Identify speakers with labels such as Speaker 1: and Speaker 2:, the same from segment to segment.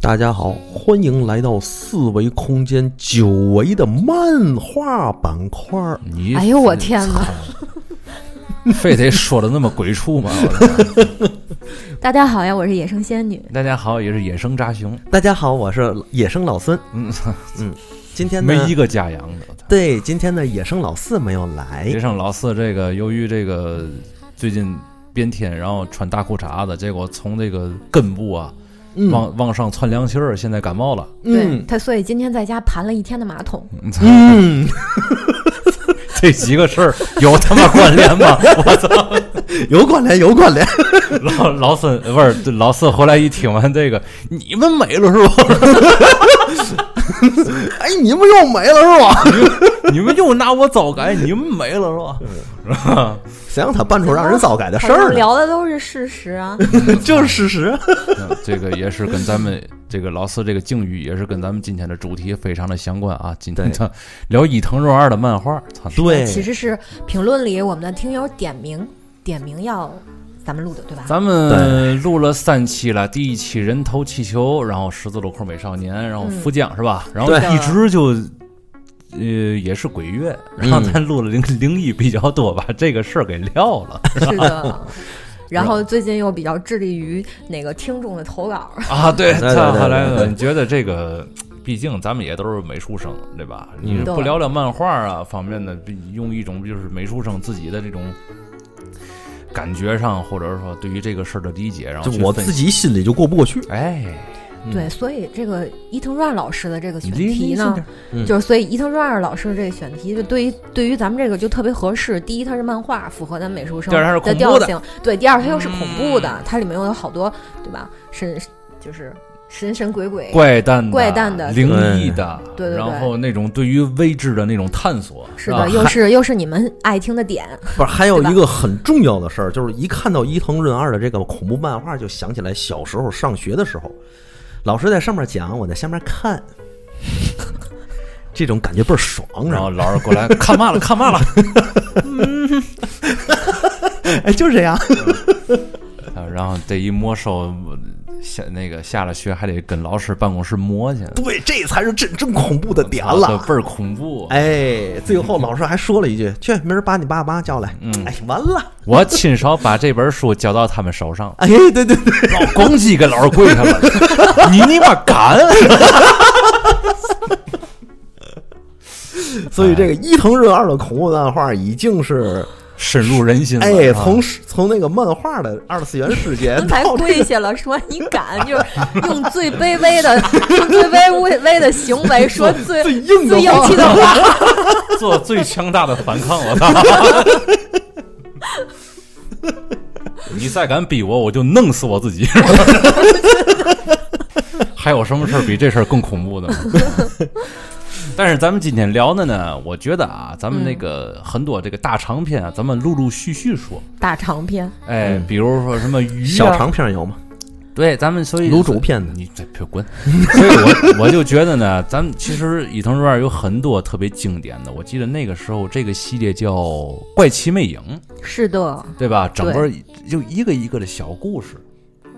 Speaker 1: 大家好，欢迎来到四维空间久违的漫画板块儿。
Speaker 2: 你
Speaker 3: 哎呦我天 哪！
Speaker 2: 非得说的那么鬼畜吗？我 的天
Speaker 3: 大家好呀，我是野生仙女。
Speaker 2: 大家好，也是野生扎熊，
Speaker 1: 大家好，我是野生老孙。
Speaker 2: 嗯，
Speaker 1: 今天呢
Speaker 2: 没一个家养的。
Speaker 1: 对今天的野生老四没有
Speaker 3: 哎
Speaker 1: 来
Speaker 2: 别，上老四这个，由于这个最近变天，然后穿大裤衩子，结果从这个根部啊
Speaker 1: 嗯
Speaker 2: 往往上窜凉气儿，现在感冒了。
Speaker 3: 对
Speaker 1: 嗯
Speaker 3: 他，所以今天在家盘了一天的马桶。
Speaker 2: 嗯
Speaker 1: 嗯，
Speaker 2: 这几个事儿有他妈关联吗？ 我操！
Speaker 1: 有关联有关联，
Speaker 2: 老老孙不是这老四回来一听完这个，你们没了是吧？
Speaker 1: 哎，你们又没了是吧？
Speaker 2: 你们又拿我糟改，你们没了是吧？是吧？
Speaker 1: 谁让他办出让人糟改的事
Speaker 3: 好像
Speaker 1: 儿呢？
Speaker 3: 聊的都是事实啊。
Speaker 1: 就是事实。
Speaker 2: 嗯这个也是跟咱们这个老四这个境遇也是跟咱们今天的主题非常的相关 啊。今天
Speaker 1: 对
Speaker 2: 他聊伊藤润二的漫画，操，
Speaker 1: 对，
Speaker 3: 其实是评论里我们的听友点名，点名要咱们录的，对 吧？
Speaker 2: 咱们录了三期了，第一期人头气球，然后十字路口美少年，然后
Speaker 3: 嗯
Speaker 2: 福将是吧？然后
Speaker 3: 对
Speaker 2: 一直就。呃，也是鬼月，然
Speaker 1: 嗯
Speaker 2: 后咱录了零零一比较多，把这个事儿给撂了
Speaker 3: 是的。然后最近又比较致力于那个听众的投稿，
Speaker 1: 嗯
Speaker 2: 啊！对，
Speaker 1: 对对
Speaker 2: 操
Speaker 1: 对
Speaker 2: 后来
Speaker 1: 对
Speaker 2: 我
Speaker 1: 对
Speaker 2: 觉得这个，毕竟咱们也都是美术生，对吧？
Speaker 1: 嗯
Speaker 2: 你不
Speaker 3: 对
Speaker 2: 聊聊漫画啊方面的，用一种就是美术生自己的这种感觉上，或者说对于这个事儿的理解，然后
Speaker 1: 就
Speaker 2: 去
Speaker 1: 我
Speaker 2: 分
Speaker 1: 自
Speaker 2: 析，
Speaker 1: 己心里就过不过去。
Speaker 2: 哎，嗯
Speaker 3: 对，所以这个伊藤润二老师的这个
Speaker 2: 你
Speaker 3: 选
Speaker 2: 离
Speaker 3: 题
Speaker 2: 离近
Speaker 3: 呢
Speaker 2: 点，
Speaker 1: 嗯
Speaker 3: 就是所以伊藤润二老师这个选题，就对于对于咱们这个就特别合适。第一，它是漫画，符合咱们美术生
Speaker 2: 第二它是
Speaker 3: 的
Speaker 2: 恐怖
Speaker 3: 调
Speaker 2: 的
Speaker 3: 性；对，第二它又是恐怖的，它里面又有好多对吧？神就是神神鬼鬼，
Speaker 2: 怪诞的、
Speaker 3: 怪诞的
Speaker 2: 灵异的，
Speaker 3: 对对对
Speaker 2: 然后那种对于未知的那种探索，啊
Speaker 3: 是
Speaker 2: 吧
Speaker 3: 的，又是又是你们爱听的点。
Speaker 1: 不是，还有
Speaker 3: 对吧
Speaker 1: 一个很重要的事儿，就是一看到伊藤润二的这个恐怖漫画，就想起来小时候上学的时候，老师在上面讲，我在下面看， 这种感觉倍儿爽
Speaker 2: 然后
Speaker 1: 啊！
Speaker 2: 老师过来看嘛了，看嘛了，
Speaker 1: 哎，就是这样，
Speaker 2: 啊然后这一没收，下那个下了学还得跟老师办公室磨去，
Speaker 1: 对，这才是真正恐怖的点
Speaker 2: 啊
Speaker 1: 了。
Speaker 2: 倍儿恐怖。
Speaker 1: 哎，最后老师还说了一句：“去，明儿把你爸妈叫来。”哎，完了，，
Speaker 2: 我亲手把这本书交到他们手上
Speaker 1: 哎，对对对，
Speaker 2: 老咣叽给老师跪下了，你你妈敢！
Speaker 1: 所以这个伊藤润二的恐怖漫画已经是，
Speaker 2: 深入人心了。
Speaker 1: 哎，
Speaker 2: 啊
Speaker 1: 从从那个漫画的二次元世 界
Speaker 3: 才
Speaker 1: 到这
Speaker 3: 跪下了，说你敢，就是用最卑微的、用最卑微微的行为说最
Speaker 1: 最硬的
Speaker 3: 最硬
Speaker 1: 话
Speaker 3: 气的话。
Speaker 2: 做最强大的反抗，我操！你再敢逼我，我就弄死我自己！ 还有什么事儿比这事儿更恐怖的吗？ 但是咱们今天聊的呢，我觉得啊，咱们那个很多这个大长篇啊，咱们陆陆续续说，
Speaker 3: 大长篇，
Speaker 2: 哎，比如说什么鱼、啊、
Speaker 1: 嗯小长片有吗？
Speaker 2: 对，咱们
Speaker 3: 哎
Speaker 2: 所以
Speaker 1: 卤煮片子
Speaker 2: 你这别滚！ 所以我我就觉得呢，咱们其实伊藤润二有很多特别经典的，我记得那个时候这个系列叫《怪奇魅影》，
Speaker 3: 是的，
Speaker 2: 对吧？整个就一个一个的小故事，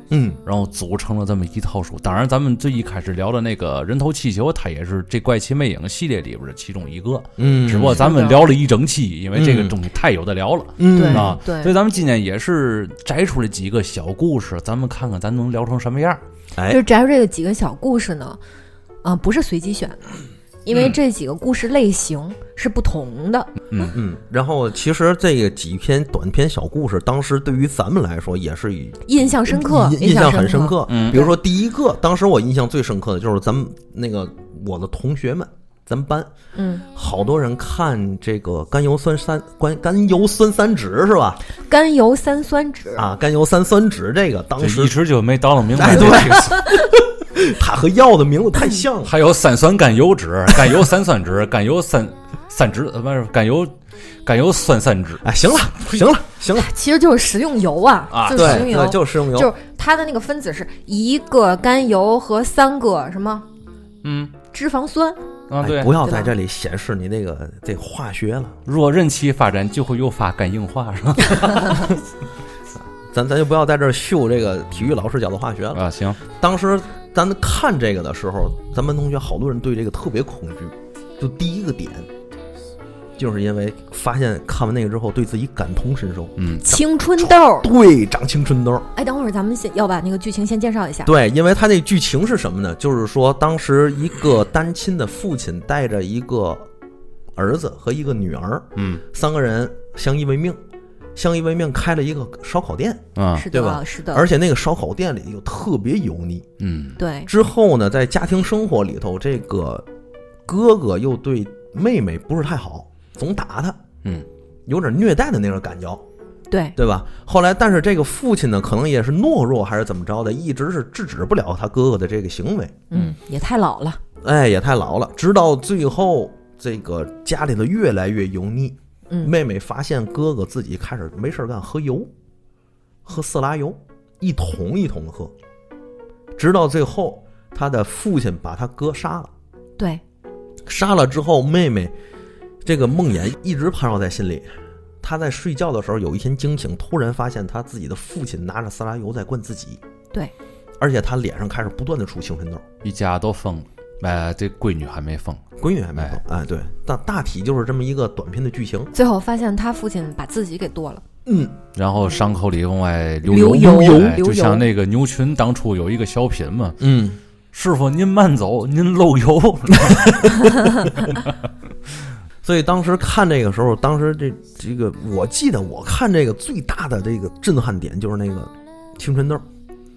Speaker 1: 嗯，
Speaker 2: 然后组成了这么一套书。当然，咱们最一开始聊的那个人头气球，它也是这《怪奇魅影》系列里边的其中一个，
Speaker 1: 嗯
Speaker 2: 只不过咱
Speaker 3: 是
Speaker 2: 们
Speaker 3: 的
Speaker 2: 聊了一整期，因为这个
Speaker 1: 嗯
Speaker 2: 东西太有的聊了。
Speaker 1: 嗯
Speaker 3: 对
Speaker 2: 啊，
Speaker 3: 对
Speaker 2: 所以咱们今天也是摘出了几个小故事，咱们看看咱能聊成什么样。
Speaker 1: 哎
Speaker 3: 就是摘出这个几个小故事呢，啊、不是随机选的，
Speaker 1: 嗯
Speaker 3: 因为这几个故事类型是不同的。
Speaker 2: 嗯，
Speaker 1: 嗯，然后其实这个几篇短篇小故事，当时对于咱们来说也是以
Speaker 3: 印象深刻，
Speaker 1: 印印象很
Speaker 3: 深
Speaker 1: 深。刻。
Speaker 2: 嗯
Speaker 1: 比如说第一个，当时我印象最深刻的就是咱们那个我的同学们，咱们班
Speaker 3: 嗯，
Speaker 1: 好多人看这个甘油酸三甘甘油酸三酯是吧？
Speaker 3: 甘油三酸酯，
Speaker 1: 啊，甘油三酸酯这个当
Speaker 2: 这一
Speaker 1: 时
Speaker 2: 直就没倒弄明白。
Speaker 1: 哎对 它和药的名字太像了。
Speaker 2: 还有三酸甘油酯、甘油三酸酯、甘油三三酯，呃不是甘油甘油酸三酯。
Speaker 1: 哎，行了，行了，行了，
Speaker 3: 其实就是食用油啊，
Speaker 2: 啊
Speaker 3: 就是食用
Speaker 1: 对
Speaker 3: 油，
Speaker 1: 对，就是食用
Speaker 3: 就是
Speaker 1: 油，
Speaker 3: 它的那个分子是一个甘油和三个什么
Speaker 2: 嗯
Speaker 3: 脂肪酸。
Speaker 2: 啊，
Speaker 1: 哎
Speaker 2: 对
Speaker 1: 不，要
Speaker 3: 对
Speaker 1: 在
Speaker 3: 吧
Speaker 1: 这里显示你那个这化学了。
Speaker 2: 若任其发展，就会诱发肝硬化，是吧？
Speaker 1: 咱咱就不要在这儿秀这个体育老师讲的化学了。
Speaker 2: 啊，行，
Speaker 1: 当时咱看这个的时候，咱们同学好多人对这个特别恐惧，就第一个点，就是因为发现看完那个之后，对自己感同身受，
Speaker 2: 嗯，
Speaker 3: 青春痘。
Speaker 1: 对，长青春痘。
Speaker 3: 哎，等会儿咱们先要把那个剧情先介绍一下。
Speaker 1: 对，因为他那剧情是什么呢？就是说，当时一个单亲的父亲带着一个儿子和一个女儿，
Speaker 2: 嗯，
Speaker 1: 三个人相依为命，相依为命开了一个烧烤店，
Speaker 2: 啊，
Speaker 3: 是
Speaker 1: 对
Speaker 3: 的，
Speaker 1: 吧
Speaker 3: 是的，
Speaker 1: 而且那个烧烤店里又特别油腻。
Speaker 2: 嗯，
Speaker 3: 对，
Speaker 1: 之后呢，在家庭生活里头，这个哥哥又对妹妹不是太好，总打她，
Speaker 2: 嗯，
Speaker 1: 有点虐待的那种感觉。
Speaker 3: 对，
Speaker 1: 对吧？后来，但是这个父亲呢，可能也是懦弱还是怎么着的，一直是制止不了他哥哥的这个行为。
Speaker 3: 嗯，也太老了，
Speaker 1: 哎，也太老了。直到最后，这个家里头越来越油腻，
Speaker 3: 嗯
Speaker 1: 妹妹发现哥哥自己开始没事儿干喝油，喝色拉油，一桶一桶的喝，直到最后，他的父亲把他哥杀了。
Speaker 3: 对，
Speaker 1: 杀了之后，妹妹这个梦魇一直盘绕在心里。她在睡觉的时候，有一天惊醒，突然发现她自己的父亲拿着色拉油在灌自己，
Speaker 3: 对，
Speaker 1: 而且她脸上开始不断的出青春痘。
Speaker 2: 一家都疯了，哎，这闺女还没疯，
Speaker 1: 闺女还没有，哎，对，但大体就是这么一个短片的剧情。
Speaker 3: 最后发现他父亲把自己给剁了，
Speaker 2: 然后伤口里往外
Speaker 3: 流
Speaker 2: 流
Speaker 3: 油
Speaker 2: 油，
Speaker 3: 流
Speaker 2: 就
Speaker 3: 油
Speaker 2: 像那个牛群当初有一个小品嘛，
Speaker 1: 嗯，
Speaker 2: 师傅您慢走，您漏油，
Speaker 1: 所以当时看这个时候，当时这这个，我记得我看这个最大的这个震撼点就是那个青春痘，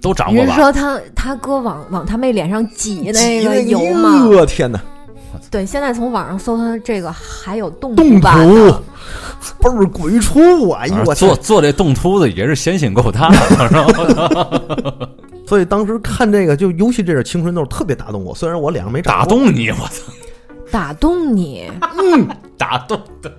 Speaker 2: 都长
Speaker 3: 你
Speaker 2: 过
Speaker 3: 是
Speaker 2: 吧？啊
Speaker 3: 说他他哥往往他妹脸上挤那
Speaker 1: 挤
Speaker 3: 个
Speaker 1: 那
Speaker 3: 油吗？
Speaker 1: 我天哪，
Speaker 3: 对，现在从网上搜他这个还有动
Speaker 1: 动
Speaker 3: 吧？
Speaker 1: 图 倍儿鬼畜啊！哎呦
Speaker 2: 反
Speaker 1: 我
Speaker 2: 正
Speaker 1: 操
Speaker 2: 做！做这动图的也是闲心够大，然后
Speaker 1: 所以当时看这个，就尤其这是青春痘，特别打动我。虽然我脸上没长
Speaker 2: 打
Speaker 1: 过，
Speaker 2: 动你，我操，
Speaker 3: 打动你，
Speaker 2: 嗯打动的，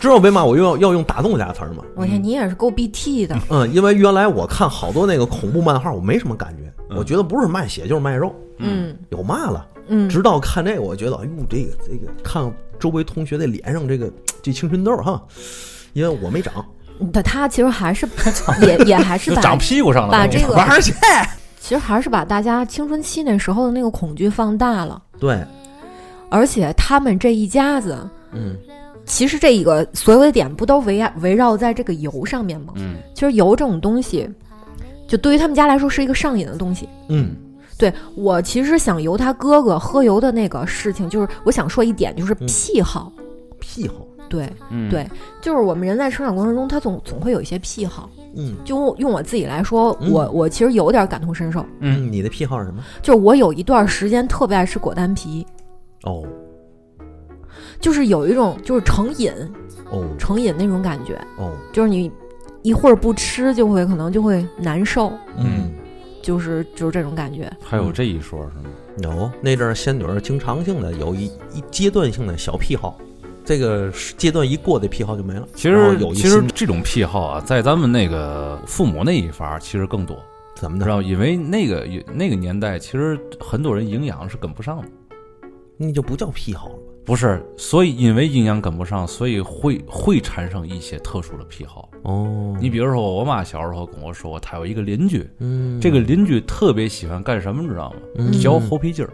Speaker 1: 之后被骂，我又要要用“打动”这俩词儿嘛。
Speaker 3: 我天，你也是够 BT 的，
Speaker 1: 嗯，因为原来我看好多那个恐怖漫画，我没什么感觉，我觉得不是卖血就是卖肉，
Speaker 3: 嗯
Speaker 1: 有嘛了。
Speaker 3: 嗯，
Speaker 1: 直到看这个，我觉得，哎呦，这个这个，看周围同学的脸上这个这青春痘哈，因为我没长，
Speaker 3: 但他其实 还是也也还是
Speaker 2: 就
Speaker 3: 把
Speaker 2: 长屁股上了，
Speaker 3: 把这个
Speaker 2: 玩儿 去，
Speaker 3: 其实还是把大家青春期那时候的那个恐惧放大了，
Speaker 1: 对，
Speaker 3: 而且他们这一家子，
Speaker 1: 嗯，
Speaker 3: 其实这一个所有的点不都围绕围绕在这个油上面吗？
Speaker 2: 嗯，
Speaker 3: 其实油这种东西，就对于他们家来说是一个上瘾的东西。
Speaker 1: 嗯
Speaker 3: 对我其实想由他哥哥喝油的那个事情，就是我想说一点，就是癖好。
Speaker 1: 癖好，
Speaker 3: 对
Speaker 2: 嗯
Speaker 3: 对，就是我们人在成长过程中，他总总会有一些癖好。
Speaker 1: 嗯
Speaker 3: 就用我自己来说，
Speaker 1: 嗯
Speaker 3: 我我其实有点感同身受，
Speaker 2: 嗯
Speaker 1: 嗯，你的癖好是什么？
Speaker 3: 就是我有一段时间特别爱吃果丹皮，
Speaker 1: 哦
Speaker 3: 就是有一种就是成瘾，
Speaker 1: 哦
Speaker 3: 成瘾那种感觉，
Speaker 1: 哦，
Speaker 3: 就是你一会儿不吃就会可能就会难受，
Speaker 1: 嗯，
Speaker 3: 就是就是这种感觉。
Speaker 2: 还有这一说是吗？
Speaker 1: 有那阵儿仙女儿经常性的有一一阶段性的小癖好，这个阶段一过，这癖好就没了。
Speaker 2: 其
Speaker 1: 然后
Speaker 2: 实
Speaker 1: 有一
Speaker 2: 其实
Speaker 1: 新
Speaker 2: 这种癖好啊，在咱们那个父母那一伐儿其实更多，
Speaker 1: 怎么
Speaker 2: 知
Speaker 1: 的，
Speaker 2: 道？因为那个那个年代，其实很多人营养是跟不上的，
Speaker 1: 那就不叫癖好了吧？
Speaker 2: 不是？所以因为营养跟不上，所以会会产生一些特殊的癖好。
Speaker 1: 哦，
Speaker 2: 你比如说，我妈小时候跟我说，她有一个邻居，
Speaker 1: 嗯，
Speaker 2: 这个邻居特别喜欢干什么，你知道吗？
Speaker 1: 嗯
Speaker 2: 嚼猴皮筋儿。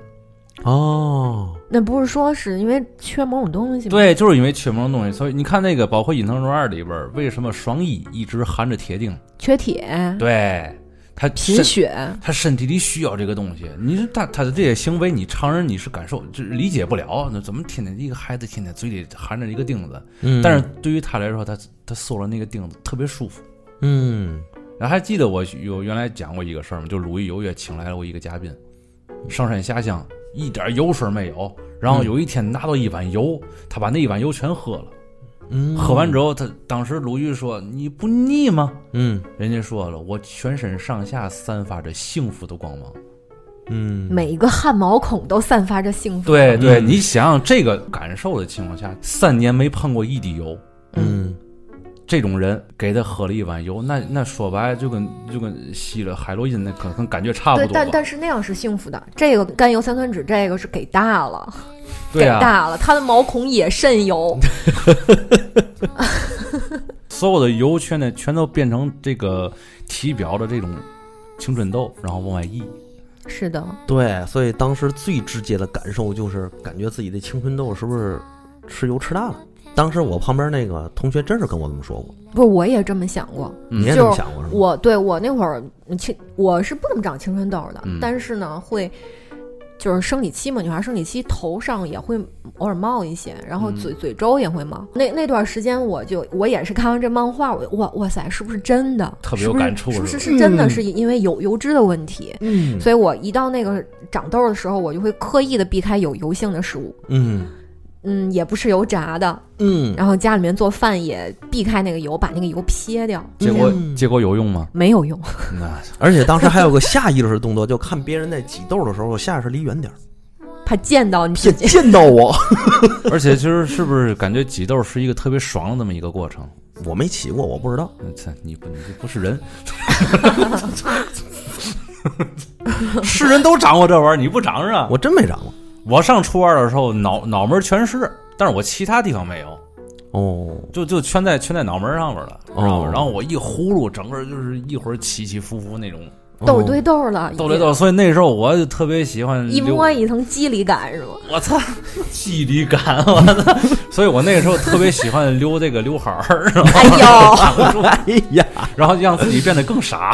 Speaker 1: 哦，
Speaker 3: 那不是说是因为缺某种东西吗？
Speaker 2: 对，就是因为缺某种东西，所以你看那个，包括《隐藏中二》里边儿，为什么双一一直含着铁锭？
Speaker 3: 缺铁、
Speaker 2: 对，他
Speaker 3: 贫
Speaker 2: 身
Speaker 3: 嗯血，
Speaker 2: 他身体里需要这个东西，你是他他的这些行为，你常人你是感受这理解不了，那怎么天天一个孩子天天嘴里含着一个钉子？
Speaker 1: 嗯
Speaker 2: 但是对于他来说，他他搜了那个钉子特别舒服。
Speaker 1: 嗯
Speaker 2: 然后还记得我有原来讲过一个事儿吗？就鲁豫有约请来了我一个嘉宾，上山下乡一点油水没有，然后有一天拿到一碗油，他把那一碗油全喝了，
Speaker 1: 嗯，
Speaker 2: 喝完之后他当时鲁豫说：“你不腻吗
Speaker 1: 嗯？”
Speaker 2: 人家说了，我全身上下散发着幸福的光芒。
Speaker 1: 嗯
Speaker 3: 每一个汗毛孔都散发着幸福。
Speaker 2: 对对，
Speaker 1: 嗯
Speaker 2: 你想想这个感受的情况下，三年没碰过一滴油，
Speaker 1: 嗯
Speaker 2: 这种人给他喝了一碗油，那那说白了就跟就跟吸了海洛因那可能感觉差不
Speaker 3: 对，
Speaker 2: 多
Speaker 3: 但
Speaker 2: 吧。
Speaker 3: 但是那样是幸福的。这个甘油三酸酯，这个是给大了，
Speaker 2: 对
Speaker 3: 给
Speaker 2: 啊，
Speaker 3: 大了，他的毛孔也渗 油。
Speaker 2: 所有的油全得全都变成这个体表的这种青春痘，然后往外溢。
Speaker 3: 是的，
Speaker 1: 对，所以当时最直接的感受就是感觉自己的青春痘是不是吃油吃大了。当时我旁边那个同学真是跟我这么说过，
Speaker 3: 不是我也这么想过。
Speaker 1: 你也这么嗯想过是吗？
Speaker 3: 我对我那会儿青，我是不怎么长青春痘的，
Speaker 2: 嗯
Speaker 3: 但是呢，会就是生理期嘛，女孩生理期头上也会偶尔冒一些，然
Speaker 2: 嗯
Speaker 3: 后嘴、嘴周也会冒。那那段时间，我就我也是看完这漫画，我哇哇塞，是不是真的？
Speaker 2: 特别有感触
Speaker 3: 是不
Speaker 2: 是
Speaker 3: 是是不是真的
Speaker 1: 嗯
Speaker 3: 是因为有油脂的问题？
Speaker 1: 嗯
Speaker 3: 所以我一到那个长痘的时候，我就会刻意的避开有油性的食物，
Speaker 1: 嗯
Speaker 3: 嗯，也不吃油炸的，
Speaker 1: 嗯，
Speaker 3: 然后家里面做饭也避开那个油，把那个油撇掉，
Speaker 2: 结果
Speaker 1: 嗯
Speaker 2: 结果有用吗？
Speaker 3: 没有用。
Speaker 2: 那
Speaker 1: 而且当时还有个下意识的动作，就看别人在挤痘的时候，我下意识离远点儿，
Speaker 3: 怕见到你
Speaker 1: 别
Speaker 3: 自己。
Speaker 1: 见到我。
Speaker 2: 而且其实是不是感觉挤痘是一个特别爽的这么一个过程？
Speaker 1: 我没起过，我不知道。
Speaker 2: 嗯操，你不你这不是人， 是人都长过这玩意儿，你不长是吧？
Speaker 1: 我真没长过。
Speaker 2: 我上初二的时候脑脑门全是，但是我其他地方没有，
Speaker 1: 哦，
Speaker 2: 就就圈在圈在脑门上面了，知道
Speaker 1: 哦
Speaker 2: 吗？然后我一呼噜，整个就是一会儿起起伏伏那种
Speaker 1: 哦
Speaker 3: 痘堆痘了，
Speaker 2: 逗来逗，所以那时候我就特别喜欢
Speaker 3: 一
Speaker 2: 溜
Speaker 3: 摸一层肌理感是吗？
Speaker 2: 我操，距离感，我 操！所以我那个时候特别喜欢溜这个溜孩儿，然后
Speaker 3: 哎呦，
Speaker 2: 挡不住
Speaker 1: 哎呀，
Speaker 2: 然后让自己变得更傻。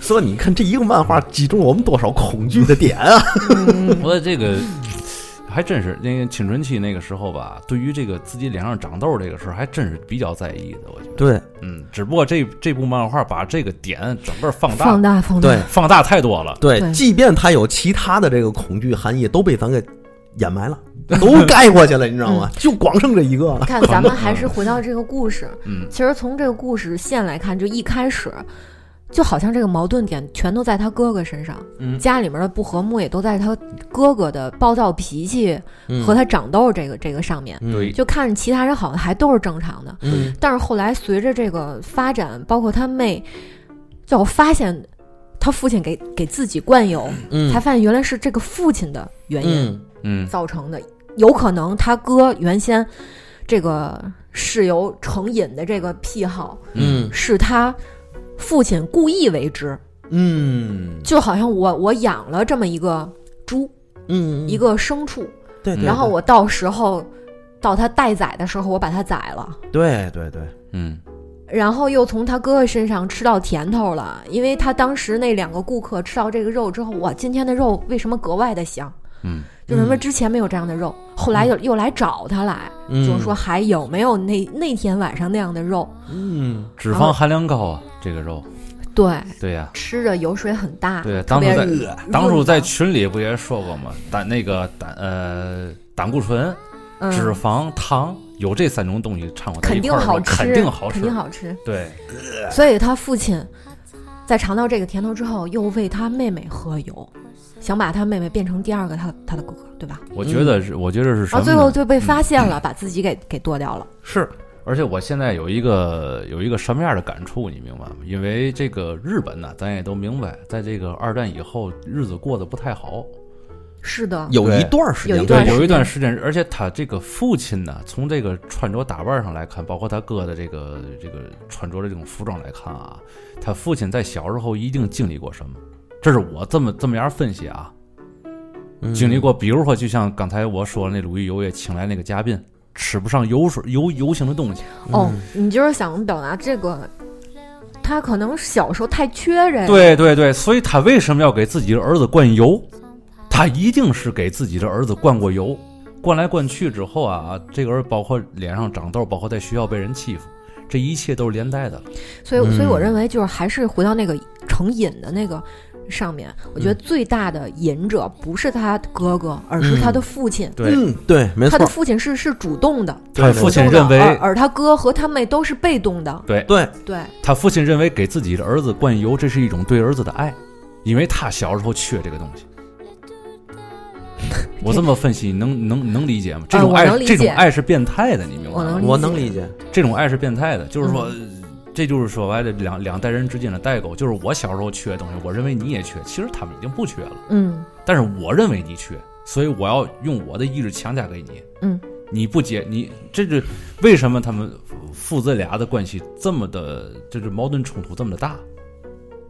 Speaker 1: 所以你看这一个漫画击中了我们多少恐惧的点啊！
Speaker 3: 嗯
Speaker 2: 我说这个还真是那个青春期那个时候吧，对于这个自己脸上长痘这个事儿，还真是比较在意的。我觉得，
Speaker 1: 对
Speaker 2: 嗯，只不过这这部漫画把这个点整个放大，
Speaker 3: 放大放大，
Speaker 1: 对
Speaker 2: 放大太多了。
Speaker 1: 对，
Speaker 3: 对
Speaker 1: 即便它有其他的这个恐惧含义，都被咱给掩埋 了，都盖过去了，你知道吗？就光剩这一个了。
Speaker 3: 看咱们还是回到这个故事，
Speaker 2: 嗯，
Speaker 3: 其实从这个故事线来看，就一开始。就好像这个矛盾点全都在他哥哥身上，
Speaker 2: 嗯
Speaker 3: 家里面的不和睦也都在他哥哥的暴躁脾气
Speaker 1: 嗯
Speaker 3: 和他长痘这个、这个上面。
Speaker 2: 嗯对，
Speaker 3: 就看着其他人好像还都是正常的，
Speaker 1: 嗯，
Speaker 3: 但是后来随着这个发展，包括他妹，就我发现他父亲给给自己灌油，
Speaker 1: 嗯
Speaker 3: 才发现原来是这个父亲的原因
Speaker 1: 嗯
Speaker 2: 嗯，
Speaker 3: 造成的，有可能他哥原先这个嗜油成瘾的这个癖好
Speaker 1: 嗯
Speaker 3: 是他父亲故意为之，
Speaker 1: 嗯
Speaker 3: 就好像我我养了这么一个猪，
Speaker 1: 嗯，
Speaker 3: 一个牲畜，
Speaker 1: 对，对
Speaker 3: 然后我到时候到他待宰的时候，我把它宰了。
Speaker 1: 对对对，
Speaker 2: 嗯，
Speaker 3: 然后又从他哥哥身上吃到甜头了，因为他当时那两个顾客吃到这个肉之后，哇，今天的肉为什么格外的香？
Speaker 2: 嗯，
Speaker 3: 就什么之前没有这样的肉，后来又又来找他来，
Speaker 1: 嗯
Speaker 3: 就是说还有没有那那天晚上那样的肉？
Speaker 1: 嗯
Speaker 2: 脂肪含量高啊，这个肉，
Speaker 3: 对，
Speaker 2: 对呀、
Speaker 3: 吃着油水很大，
Speaker 2: 对，
Speaker 3: 啊特
Speaker 2: 当初
Speaker 3: 别
Speaker 2: 在
Speaker 3: 润
Speaker 2: 当初在
Speaker 3: 润
Speaker 2: 群里不也说过吗？胆那个胆呃胆固醇、
Speaker 3: 嗯
Speaker 2: 脂肪、糖有这三种东西掺和在
Speaker 3: 肯
Speaker 2: 一
Speaker 3: 定
Speaker 2: 块儿的话，
Speaker 3: 好吃，
Speaker 2: 肯定好吃，
Speaker 3: 肯定好吃。
Speaker 2: 对，
Speaker 3: 所以他父亲在尝到这个甜头之后，又为他妹妹喝油，想把他妹妹变成第二个他他的哥哥，对吧？
Speaker 2: 我觉得是，我觉得是什么呢？
Speaker 3: 然后嗯哦最后就被发现了，把自己给给剁掉了。
Speaker 1: 是，
Speaker 2: 而且我现在有一个有一个什么样的感触，你明白吗？因为这个日本呢、咱也都明白，在这个二战以后，日子过得不太好。
Speaker 3: 是的，
Speaker 1: 有
Speaker 2: 对
Speaker 1: 一段时
Speaker 3: 有
Speaker 1: 间
Speaker 3: 一段
Speaker 2: 对，
Speaker 3: 时间
Speaker 2: 有一段时间，而且他这个父亲呢，从这个穿着打扮上来看，包括他哥的这个这个穿着的这种服装来看啊，他父亲在小时候一定经历过什么？这是我这么这么样分析啊，
Speaker 3: 嗯
Speaker 1: 嗯
Speaker 2: 经历，过，比如说就像刚才我说的那鲁豫有也请来那个嘉宾，吃不上油水油油性的东西，
Speaker 3: 哦，
Speaker 1: 嗯
Speaker 3: 你就是想表达这个，他可能小时候太缺这个，
Speaker 2: 对对对，所以他为什么要给自己的儿子灌油？他一定是给自己的儿子灌过油，灌来灌去之后啊，这个人包括脸上长痘，包括在学校被人欺负，这一切都是连带的。
Speaker 3: 所以所以
Speaker 1: 嗯
Speaker 3: 我认为就是还是回到那个成瘾的那个上面，我觉得
Speaker 1: 嗯
Speaker 3: 最大的瘾者不是他哥哥，而是他的父亲。
Speaker 2: 对
Speaker 1: 嗯，对，没
Speaker 3: 他
Speaker 1: 错
Speaker 3: 的，父亲是是主动的，
Speaker 2: 他父亲认为，
Speaker 3: 而而他哥和他妹都是被动的。
Speaker 2: 对
Speaker 1: 对，
Speaker 3: 对，
Speaker 2: 他父亲认为给自己的儿子灌油，这是一种对儿子的爱，因为他小时候缺这个东西。我这么分析，能能能理解吗？这种
Speaker 3: 嗯我
Speaker 2: 爱，
Speaker 3: 能理
Speaker 2: 这种
Speaker 3: 解
Speaker 2: 爱是变态的，你明白
Speaker 3: 我
Speaker 2: 吗
Speaker 3: 能？
Speaker 1: 我能理解，
Speaker 2: 这种爱是变态的，就是说，
Speaker 1: 嗯
Speaker 2: 这就是说白了两两代人之间的代沟。就是我小时候缺的东西，我认为你也缺，其实他们已经不缺了，
Speaker 3: 嗯
Speaker 2: 但是我认为你缺，所以我要用我的意志强加给你。
Speaker 3: 嗯，
Speaker 2: 你不解，你这是为什么他们父子俩的关系这么的，就是矛盾冲突这么的大，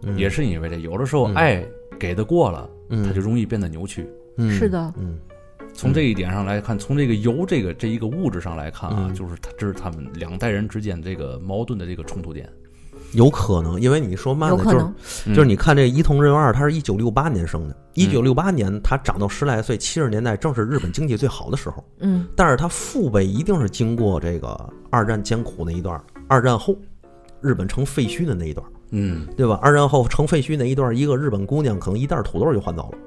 Speaker 1: 嗯
Speaker 2: 也是因为这，有的时候
Speaker 1: 嗯
Speaker 2: 爱给的过了，
Speaker 1: 嗯
Speaker 2: 它就容易变得扭曲。
Speaker 1: 嗯
Speaker 3: 是的，
Speaker 1: 嗯
Speaker 2: 从这一点上来看，从这个由这个这一个物质上来看啊，
Speaker 1: 嗯
Speaker 2: 就是他这是他们两代人之间这个矛盾的这个冲突点。
Speaker 1: 有可能，因为你说慢
Speaker 3: 有
Speaker 1: 的，
Speaker 3: 可
Speaker 1: 就是
Speaker 3: 能，
Speaker 2: 嗯
Speaker 1: 就是你看这伊藤润二，他是一九六八年生的，一九六八年他长到十来岁，七十年代正是日本经济最好的时候，
Speaker 3: 嗯，
Speaker 1: 但是他父辈一定是经过这个二战艰苦那一段，二战后日本成废墟的那一段，
Speaker 2: 嗯
Speaker 1: 对吧？二战后成废墟那一段，一个日本姑娘可能一袋土豆就换到了，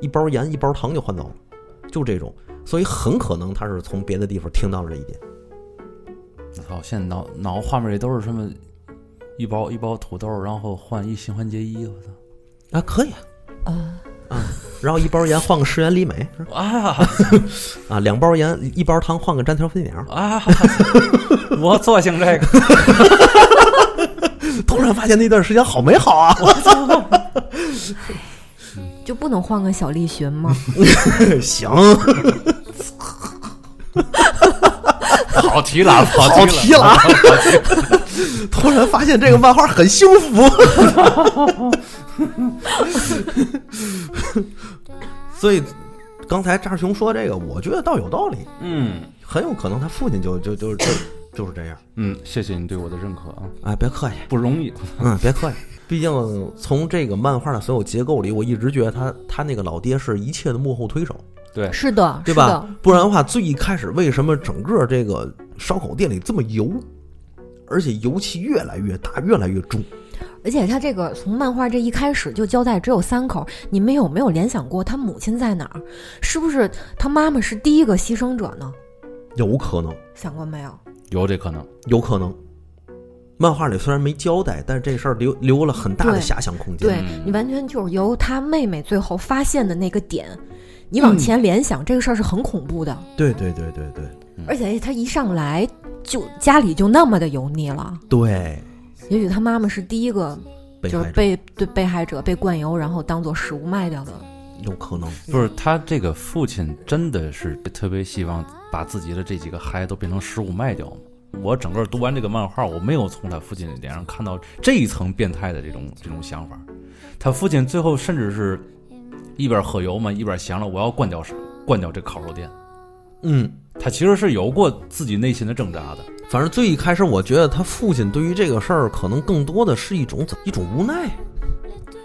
Speaker 1: 一包盐一包糖就换到了，就这种，所以很可能他是从别的地方听到了这一点。
Speaker 2: 我操，现在脑脑画面里都是什么一包一包土豆，然后换一新环节衣，我操！
Speaker 1: 啊，可以啊，
Speaker 3: 啊，
Speaker 1: 然后一包盐换个十元里美
Speaker 2: 啊
Speaker 1: 啊，两包盐一包糖换个粘条飞鸟，
Speaker 2: 啊！ 我做性这个，
Speaker 1: 突然发现那段时间好美好啊！
Speaker 3: 就不能换个小栗旬 吗？
Speaker 1: 行，
Speaker 2: 好题了，
Speaker 1: 好
Speaker 2: 好
Speaker 1: 题了啊， 突然发现这个漫画很幸福。 所以刚才扎熊说这个，我觉得倒有道理，
Speaker 2: 嗯
Speaker 1: 很有可能他父亲就就就就就是这样。
Speaker 2: 嗯，谢谢你对我的认可啊，
Speaker 1: 哎，别客气，
Speaker 2: 不容易。
Speaker 1: 嗯，别客气。毕竟从这个漫画的所有结构里，我一直觉得他他那个老爹是一切的幕后推手。
Speaker 2: 对，
Speaker 3: 是的，
Speaker 1: 对
Speaker 3: 是
Speaker 1: 吧
Speaker 3: 的，？
Speaker 1: 不然的话，最一开始为什么整个这个烧烤店里这么油，而且油气越来越大，越来越重？
Speaker 3: 而且他这个从漫画这一开始就交代只有三口，你们有没有联想过他母亲在哪儿？是不是他妈妈是第一个牺牲者呢？
Speaker 1: 有可能，
Speaker 3: 想过
Speaker 1: 嗯
Speaker 3: 没有？
Speaker 2: 有这可能。
Speaker 1: 有可能。漫画里虽然没交代，但是这事儿留留了很大的
Speaker 3: 对
Speaker 1: 遐想空间。
Speaker 3: 对你完全就是由他妹妹最后发现的那个点，你往前联想，这个事儿是很恐怖的。
Speaker 1: 对对对对对
Speaker 3: 而且他一上来就家里就那么的油腻了，
Speaker 1: 对，
Speaker 3: 也许他妈妈是第一个
Speaker 1: 被
Speaker 3: 就是
Speaker 1: 害者
Speaker 3: 被对被害者被灌油，然后当做食物卖掉的。
Speaker 1: 有可能。
Speaker 2: 不是他这个父亲真的是特别希望把自己的这几个孩子都变成食物卖掉吗？我整个读完这个漫画，我没有从他父亲脸上看到这一层变态的这种这种想法。他父亲最后甚至是一边喝油嘛，一边想着我要关掉关掉这烤肉店。
Speaker 1: 嗯，
Speaker 2: 他其实是有过自己内心的挣扎的。
Speaker 1: 反正最一开始，我觉得他父亲对于这个事儿，可能更多的是一种一种无奈。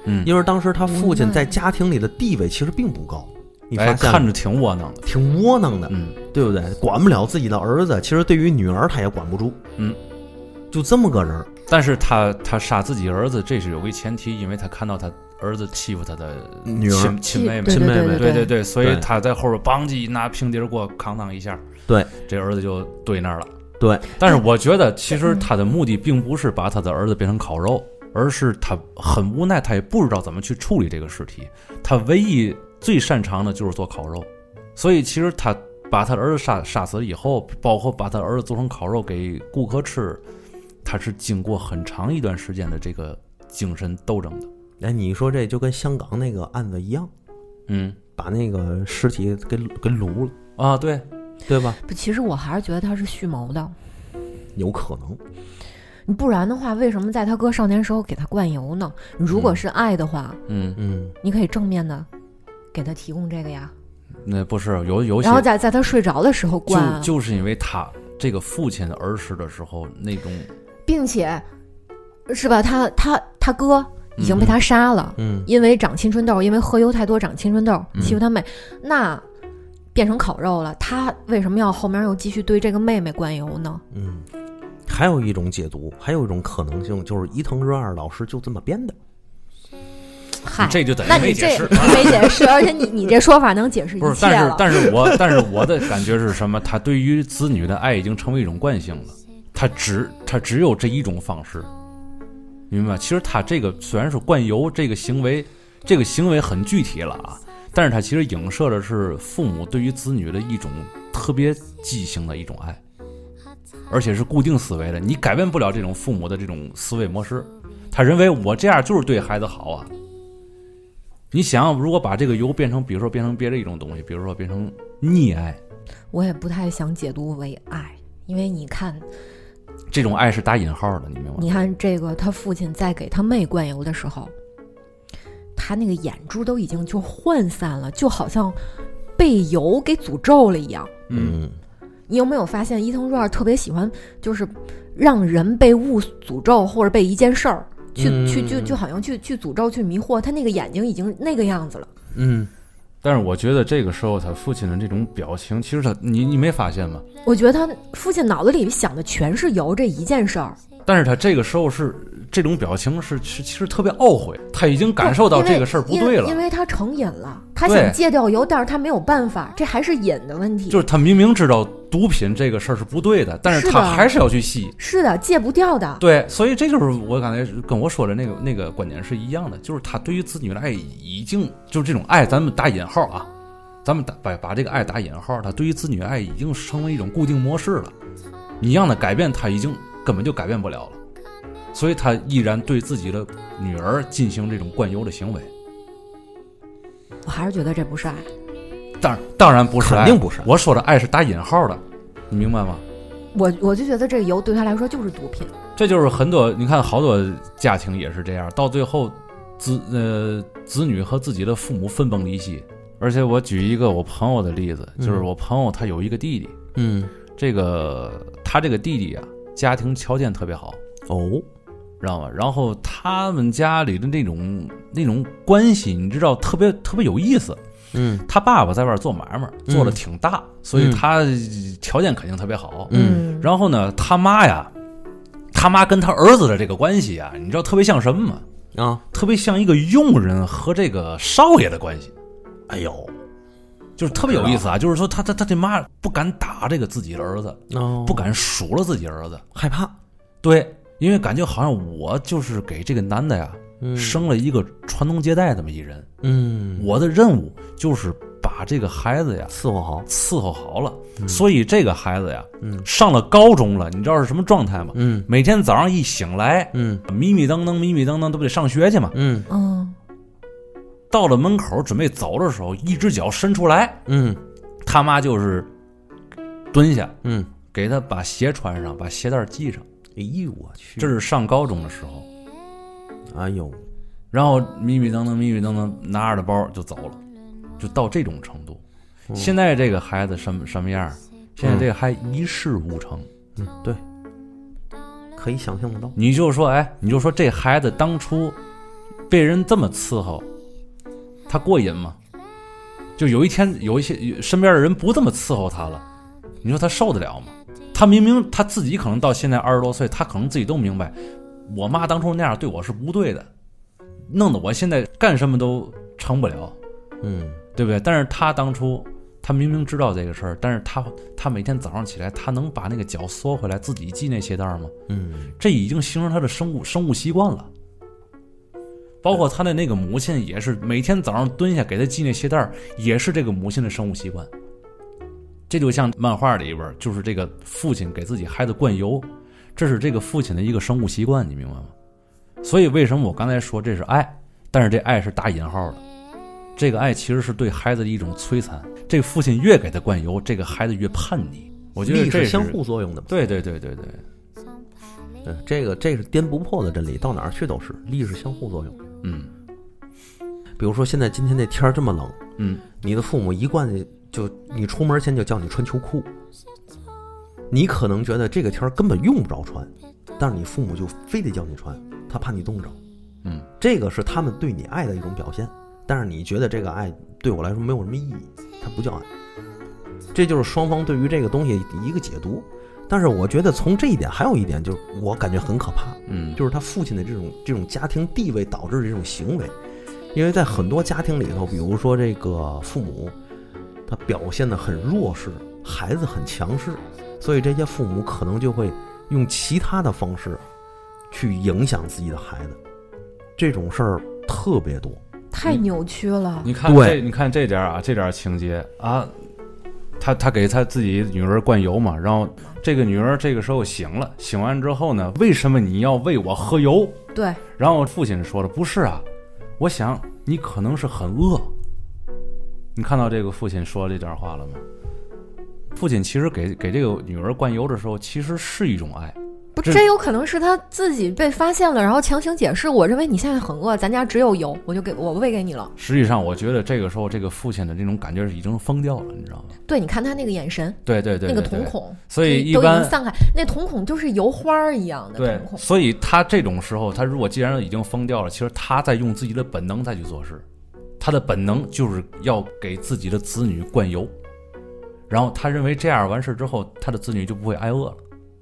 Speaker 2: 嗯
Speaker 1: 因为当时他父
Speaker 3: 无
Speaker 1: 亲
Speaker 3: 奈
Speaker 1: 在家庭里的地位其实并不高，你
Speaker 2: 哎，
Speaker 1: 发现了
Speaker 2: 看着挺窝囊的。
Speaker 1: 挺窝囊的。
Speaker 2: 嗯
Speaker 1: 对不对？管不了自己的儿子，其实对于女儿他也管不住。
Speaker 2: 嗯，
Speaker 1: 就这么个人儿。
Speaker 2: 但是他他杀自己儿子，这是有个前提，因为他看到他儿子欺负他的
Speaker 1: 女儿
Speaker 2: 亲亲妹妹，
Speaker 3: 对
Speaker 1: 亲
Speaker 3: 对
Speaker 1: 妹妹
Speaker 3: 对
Speaker 2: 对
Speaker 3: 对，
Speaker 2: 对，所以
Speaker 1: 对
Speaker 2: 他在后边梆叽拿平底儿给我扛当一下，
Speaker 1: 对，
Speaker 2: 这儿子就对那儿了。
Speaker 1: 对，
Speaker 2: 但是我觉得其实他的目的并不是把他的儿子变成烤肉，而是他很无奈，他也不知道怎么去处理这个尸体。他唯一最擅长的就是做烤肉，所以其实他把他儿子杀杀死了以后，包括把他儿子做成烤肉给顾客吃，他是经过很长一段时间的这个精神斗争的。
Speaker 1: 哎，你说这就跟香港那个案子一样，
Speaker 2: 嗯
Speaker 1: 把那个尸体给给撸了，
Speaker 2: 啊，对，
Speaker 1: 对吧？
Speaker 3: 不其实我还是觉得他是蓄谋的。
Speaker 1: 有可能。
Speaker 3: 你不然的话，为什么在他哥少年时候给他灌油呢？你如果是爱的话，
Speaker 2: 嗯，
Speaker 1: 嗯，
Speaker 3: 你可以正面的给他提供这个呀，
Speaker 2: 那不是有有些
Speaker 3: 然后在在他睡着的时候灌啊，
Speaker 2: 就就是因为他这个父亲儿时的时候那种，
Speaker 3: 并且是吧？他他他哥已经被他杀了，
Speaker 1: 嗯，
Speaker 3: 因为长青春痘，因为喝油太多长青春痘，
Speaker 2: 嗯
Speaker 3: 欺负他妹，那变成烤肉了。他为什么要后面又继续对这个妹妹灌油呢？
Speaker 1: 嗯。还有一种解读，还有一种可能性，就是伊藤润二老师就这么编的。
Speaker 3: 嗨，
Speaker 2: 这就等于
Speaker 3: 那
Speaker 2: 没
Speaker 3: 你
Speaker 2: 解
Speaker 3: 这
Speaker 2: 释
Speaker 3: 你没解释，而且你你这说法能解释
Speaker 2: 不
Speaker 3: 一
Speaker 2: 是，
Speaker 3: 切
Speaker 2: 但是
Speaker 3: 了。
Speaker 2: 但是我 但是我的感觉是什么？他对于子女的爱已经成为一种惯性了，他只他只有这一种方式，明白吗？其实他这个虽然是灌油这个行为，这个行为很具体了啊，但是他其实影射的是父母对于子女的一种特别畸形的一种爱，而且是固定思维的，你改变不了这种父母的这种思维模式。他认为我这样就是对孩子好啊。你想，如果把这个油变成，比如说变成别的一种东西，比如说变成溺爱，
Speaker 3: 我也不太想解读为爱，因为你看，
Speaker 2: 这种爱是打引号的，你明白吗？
Speaker 3: 你看这个他父亲在给他妹灌油的时候，他那个眼珠都已经就涣散了，就好像被油给诅咒了一样。
Speaker 1: 嗯，
Speaker 3: 你有没有发现伊藤润二特别喜欢，就是让人被物诅咒或者被一件事儿去、去就就好像去去诅咒去迷惑，他那个眼睛已经那个样子了。
Speaker 1: 嗯，
Speaker 2: 但是我觉得这个时候他父亲的这种表情，其实他你你没发现吗？
Speaker 3: 我觉得他父亲脑子里想的全是油这一件事儿，
Speaker 2: 但是他这个时候是这种表情是是其实特别懊悔，他已经感受到
Speaker 3: 因为
Speaker 2: 这个事儿不对
Speaker 3: 因为因
Speaker 2: 了，
Speaker 3: 为他成瘾了，他
Speaker 2: 对
Speaker 3: 想戒掉油，但是他没有办法，这还是瘾的问题。
Speaker 2: 就是他明明知道毒品这个事儿是不对的，但
Speaker 3: 是
Speaker 2: 他
Speaker 3: 的
Speaker 2: 还是要去吸。
Speaker 3: 是的，戒不掉 的。
Speaker 2: 对，所以这就是我刚才跟我说的那个那个观点是一样的，就是他对于子女的爱已经就是这种爱，咱们打引号啊，咱们打把把这个爱打引号，他对于子女的爱已经成为一种固定模式了，你让他改变，他已经根本就改变不了了，所以他依然对自己的女儿进行这种灌油的行为。
Speaker 3: 我还是觉得这不是爱。
Speaker 2: 当当然不是爱，啊
Speaker 1: 肯定不是
Speaker 2: 我说的爱是打引号的，你明白吗？
Speaker 3: 我我就觉得这个油对他来说就是毒品。
Speaker 2: 这就是很多你看，好多家庭也是这样，到最后子呃子女和自己的父母分崩离析。而且我举一个我朋友的例子，就是我朋友他有一个弟弟，
Speaker 1: 嗯，
Speaker 2: 这个他这个弟弟啊，家庭条件特别好，
Speaker 1: 哦，
Speaker 2: 知道吗？然后他们家里的那种那种关系，你知道特别特别有意思。
Speaker 1: 嗯
Speaker 2: 他爸爸在外做买卖，做的
Speaker 1: 嗯
Speaker 2: 挺大，所以
Speaker 1: 嗯
Speaker 2: 他条件肯定特别好。
Speaker 1: 嗯
Speaker 2: 然后呢，他妈呀，他妈跟他儿子的这个关系啊，你知道特别像什么吗？
Speaker 1: 啊，
Speaker 2: 特别像一个佣人和这个少爷的关系，
Speaker 1: 哎呦，
Speaker 2: 就是特别有意思啊。就是说他，他他这妈不敢打这个自己的儿子，
Speaker 1: 哦
Speaker 2: 不敢数落自己儿子，
Speaker 1: 害怕，
Speaker 2: 对，因为感觉好像我就是给这个男的呀、
Speaker 1: 嗯
Speaker 2: 生了一个传宗接代这么一人，
Speaker 1: 嗯，
Speaker 2: 我的任务就是把这个孩子呀
Speaker 1: 伺候好，
Speaker 2: 伺候好了。所以这个孩子呀，
Speaker 1: 嗯
Speaker 2: 上了高中了，你知道是什么状态吗？
Speaker 1: 嗯
Speaker 2: 每天早上一醒来，
Speaker 1: 嗯
Speaker 2: 迷迷瞪瞪、迷迷瞪瞪，都不得上学去嘛。
Speaker 1: 嗯
Speaker 3: 嗯，
Speaker 2: 到了门口准备走的时候，一只脚伸出来，
Speaker 1: 嗯
Speaker 2: 他妈就是蹲下，
Speaker 1: 嗯，
Speaker 2: 给他把鞋穿上，把鞋带系上。
Speaker 1: 哎呦我去，
Speaker 2: 这是上高中的时候，
Speaker 1: 哎呦，
Speaker 2: 然后迷迷瞪瞪、迷迷瞪瞪，拿着的包就走了，就到这种程度。现在这个孩子什么什么样儿？现在这个还一事无成。
Speaker 1: 嗯，对，可以想象得到，
Speaker 2: 你就说，哎，你就说这孩子当初被人这么伺候，他过瘾吗？就有一天有一些有身边的人不这么伺候他了，你说他受得了吗？他明明他自己可能到现在二十多岁，他可能自己都明白，我妈当初那样对我是不对的，弄得我现在干什么都成不了，
Speaker 1: 嗯
Speaker 2: 对不对？但是他当初他明明知道这个事儿，但是他他每天早上起来，他能把那个脚缩回来，自己系那鞋带吗？
Speaker 1: 嗯
Speaker 2: 这已经形成他的生物生物习惯了。包括他的那个母亲也是，每天早上蹲下给他系那鞋带儿，也是这个母亲的生物习惯。这就像漫画里边儿，就是这个父亲给自己孩子灌油，这是这个父亲的一个生物习惯，你明白吗？所以为什么我刚才说这是爱，但是这爱是打引号的，这个爱其实是对孩子的一种摧残。这个父亲越给他灌油，这个孩子越叛逆。我觉得
Speaker 1: 力
Speaker 2: 这
Speaker 1: 是
Speaker 2: 是
Speaker 1: 相互作用的嘛，
Speaker 2: 对对对对对。
Speaker 1: 对，这个这是颠不破的真理，到哪儿去都是力是相互作用。
Speaker 2: 嗯
Speaker 1: 比如说现在今天这天儿这么冷，
Speaker 2: 嗯，
Speaker 1: 你的父母一贯地就你出门前就叫你穿秋裤，你可能觉得这个天儿根本用不着穿，但是你父母就非得叫你穿，他怕你冻着。
Speaker 2: 嗯，
Speaker 1: 这个是他们对你爱的一种表现，但是你觉得这个爱对我来说没有什么意义，它不叫爱。这就是双方对于这个东西一个解读。但是我觉得从这一点还有一点，就是我感觉很可怕，
Speaker 2: 嗯，
Speaker 1: 就是他父亲的这种这种家庭地位导致的这种行为，因为在很多家庭里头，比如说这个父母，他表现的很弱势，孩子很强势，所以这些父母可能就会用其他的方式去影响自己的孩子，这种事儿特别多。
Speaker 3: 太
Speaker 2: 嗯
Speaker 3: 扭曲了。
Speaker 2: 你看
Speaker 1: 对
Speaker 2: 这，你看这点儿啊，这点儿情节啊，他他给他自己女儿灌油嘛，然后这个女儿这个时候醒了，醒完之后呢，为什么你要喂我喝油？
Speaker 3: 对，
Speaker 2: 然后父亲说了，不是啊，我想你可能是很饿。你看到这个父亲说这段话了吗？父亲其实给给这个女儿灌油的时候，其实是一种爱。
Speaker 3: 不，
Speaker 2: 这
Speaker 3: 这有可能是他自己被发现了，然后强行解释。我认为你现在很饿，咱家只有油，我就给我喂给你了。
Speaker 2: 实际上，我觉得这个时候，这个父亲的这种感觉是已经疯掉了，你知道吗？
Speaker 3: 对，你看他那个眼神，
Speaker 2: 对对对，
Speaker 3: 那个
Speaker 2: 对
Speaker 3: 瞳。
Speaker 2: 对
Speaker 3: 孔，
Speaker 2: 所以一
Speaker 3: 都已
Speaker 2: 般
Speaker 3: 经散开，那瞳孔就是油花儿一样的
Speaker 2: 对
Speaker 3: 瞳，孔。
Speaker 2: 所以他这种时候，他如果既然已经疯掉了，其实他在用自己的本能再去做事，他的本能就是要给自己的子女灌油，然后他认为这样完事之后，他的子女就不会挨饿了。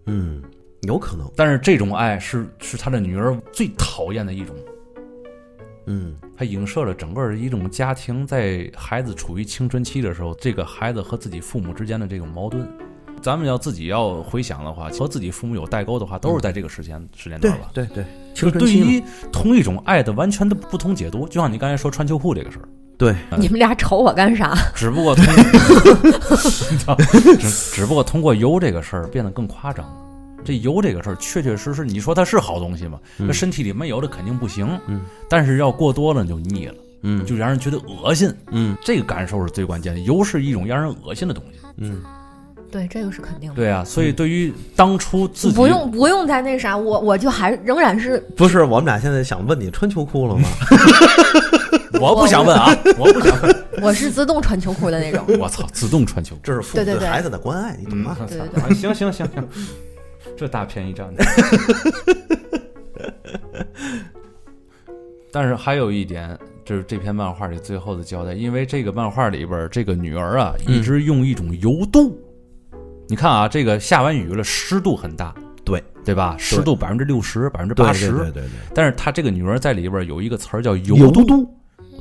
Speaker 1: 嗯，有可能，
Speaker 2: 但是这种爱是是他的女儿最讨厌的一种，
Speaker 1: 嗯
Speaker 2: 它影射了整个儿一种家庭在孩子处于青春期的时候，这个孩子和自己父母之间的这种矛盾。咱们要自己要回想的话，和自己父母有代沟的话，都是在这个时间、时间段吧。
Speaker 1: 对对，青
Speaker 2: 就
Speaker 1: 春
Speaker 2: 对
Speaker 1: 期嘛，
Speaker 2: 于同一种爱的完全的不同解读，就像你刚才说穿秋裤这 个事儿，
Speaker 1: 对，
Speaker 2: 嗯
Speaker 3: 你们俩瞅我干啥？
Speaker 2: 只不过通， 只只不过通过油这个事儿变得更夸张了。这油这个事儿，确确实实，你说它是好东西吗？那身体里没有的肯定不行。
Speaker 1: 嗯，
Speaker 2: 但是要过多了就腻了，
Speaker 1: 嗯
Speaker 2: 就让人觉得恶心。
Speaker 1: 嗯
Speaker 2: 这个感受是最关键的。油是一种让人恶心的东西。
Speaker 1: 嗯，
Speaker 3: 对，这个是肯定的。
Speaker 2: 对啊，所以对于当初自己
Speaker 3: 不用不用再那啥，我我就还仍 然是
Speaker 1: 不是，我们俩现在想问你穿秋裤了吗？
Speaker 2: 我不想问啊，我不想问。
Speaker 3: 我是自动穿秋裤的那种。
Speaker 2: 我操，自动穿秋裤。
Speaker 1: 这是父母
Speaker 3: 对对对
Speaker 1: 孩子的关爱，你懂
Speaker 2: 嗯
Speaker 1: 吗？
Speaker 3: 对对
Speaker 2: 我操啊行行行行， 这大便宜占的。 但是还有一点，就是这篇漫画里最后的交代，因为这个漫画里边儿这个女儿啊，一直用一种油镀。你看啊，这个下完雨了，湿度很大，
Speaker 1: 对
Speaker 2: 对吧？湿度百分之六十、百分之
Speaker 1: 对
Speaker 2: 八
Speaker 1: 对
Speaker 2: 十，
Speaker 1: 对对对，
Speaker 2: 但是他这个女儿在里边有一个词儿叫油
Speaker 1: 油
Speaker 2: 嘟
Speaker 1: 嘟。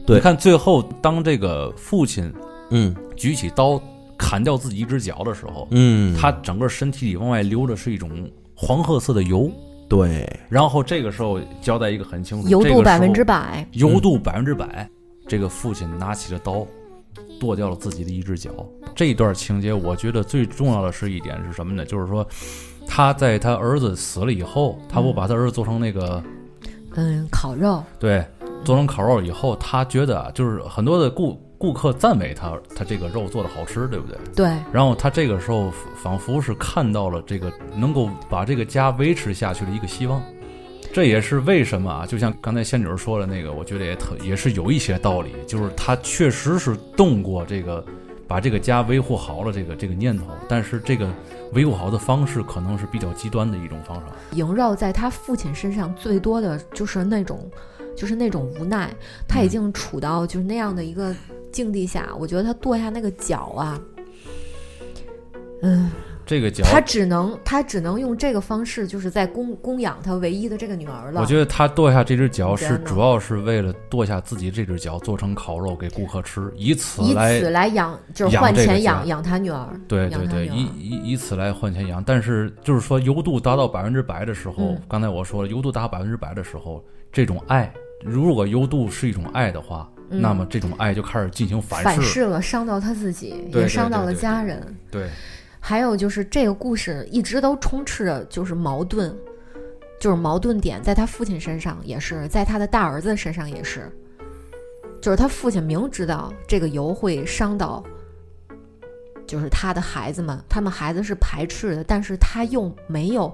Speaker 1: 对
Speaker 2: 你看最后当这个父亲
Speaker 1: 嗯
Speaker 2: 举起刀砍掉自己一只脚的时候，
Speaker 1: 嗯，
Speaker 2: 他整个身体里往外流的是一种黄褐色的油。
Speaker 1: 对，
Speaker 2: 然后这个时候交代一个很清楚，嗯
Speaker 3: 油
Speaker 2: 这
Speaker 3: 度
Speaker 2: 个
Speaker 3: 百分之
Speaker 2: 时候
Speaker 3: 百，
Speaker 2: 油度百分之百。这个父亲拿起了刀，剁掉了自己的一只脚。这一段情节，我觉得最重要的是一点是什么呢？就是说，他在他儿子死了以后，他不把他儿子做成那个
Speaker 3: 嗯，烤肉，
Speaker 2: 对，做成烤肉以后，他觉得啊，就是很多的顾顾客赞美他，他这个肉做的好吃，对不对？
Speaker 3: 对，
Speaker 2: 然后他这个时候仿佛是看到了这个能够把这个家维持下去的一个希望，这也是为什么啊，就像刚才仙女儿说的那个，我觉得也特也是有一些道理，就是他确实是动过这个把这个家维护好了这个这个念头，但是这个维护好的方式可能是比较极端的一种方法。
Speaker 3: 萦绕在他父亲身上最多的就是那种，就是那种无奈。他已经处到就是那样的一个境地下，我觉得他跺下那个脚啊，嗯，
Speaker 2: 这个脚
Speaker 3: 他只能他只能用这个方式，就是在供供养他唯一的这个女儿了。
Speaker 2: 我觉得他剁下这只脚
Speaker 3: 你
Speaker 2: 是
Speaker 3: 觉得呢
Speaker 2: 主要是为了剁下自己这只脚做成烤肉给顾客吃，以此
Speaker 3: 以
Speaker 2: 来
Speaker 3: 此来养，就是
Speaker 2: 养
Speaker 3: 换
Speaker 2: 这个
Speaker 3: 钱
Speaker 2: 家
Speaker 3: 养养他女儿。
Speaker 2: 对
Speaker 3: 养
Speaker 2: 对
Speaker 3: 他啊
Speaker 2: 对，
Speaker 3: 女
Speaker 2: 以
Speaker 3: 儿
Speaker 2: 以以此来换钱养。但是就是说油度达到百分之百的时候
Speaker 3: 嗯，
Speaker 2: 刚才我说了，油度达到百分之百的时候，这种爱，如果油度是一种爱的话，
Speaker 3: 嗯
Speaker 2: 那么这种爱就开始进行
Speaker 3: 反
Speaker 2: 噬。
Speaker 3: 噬了，伤到他自己，
Speaker 2: 对
Speaker 3: 也
Speaker 2: 对
Speaker 3: 伤
Speaker 2: 对
Speaker 3: 到了
Speaker 2: 对
Speaker 3: 家人。
Speaker 2: 对，
Speaker 3: 还有就是这个故事一直都充斥着就是矛盾，就是矛盾点在他父亲身上也是，在他的大儿子身上也是，就是他父亲明知道这个油会伤到，就是他的孩子们，他们孩子是排斥的，但是他又没有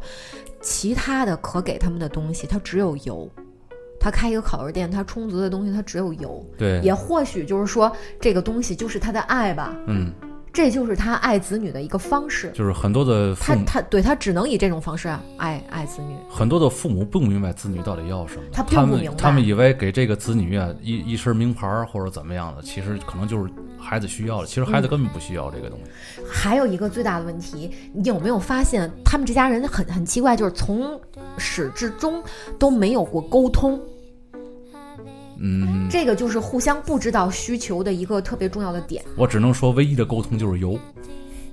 Speaker 3: 其他的可给他们的东西，他只有油。他开一个烤肉店，他充足的东西他只有油，
Speaker 2: 对，
Speaker 3: 也或许就是说这个东西就是他的爱吧，
Speaker 2: 嗯，
Speaker 3: 这就是他爱子女的一个方式。
Speaker 2: 就是很多的
Speaker 3: 他
Speaker 2: 父母，
Speaker 3: 他对他只能以这种方式啊爱爱子女，
Speaker 2: 很多的父母不明白子女到底要什么，
Speaker 3: 他
Speaker 2: 他
Speaker 3: 并不明
Speaker 2: 们
Speaker 3: 白
Speaker 2: 他们以为给这个子女啊一一身名牌儿或者怎么样的，其实可能就是孩子需要的，其实孩
Speaker 3: 嗯
Speaker 2: 子根本不需要这个东西。
Speaker 3: 还有一个最大的问题，你有没有发现他们这家人很很奇怪，就是从始至终都没有过沟通，
Speaker 2: 嗯，
Speaker 3: 这个就是互相不知道需求的一个特别重要的点。
Speaker 2: 我只能说唯一的沟通就是油。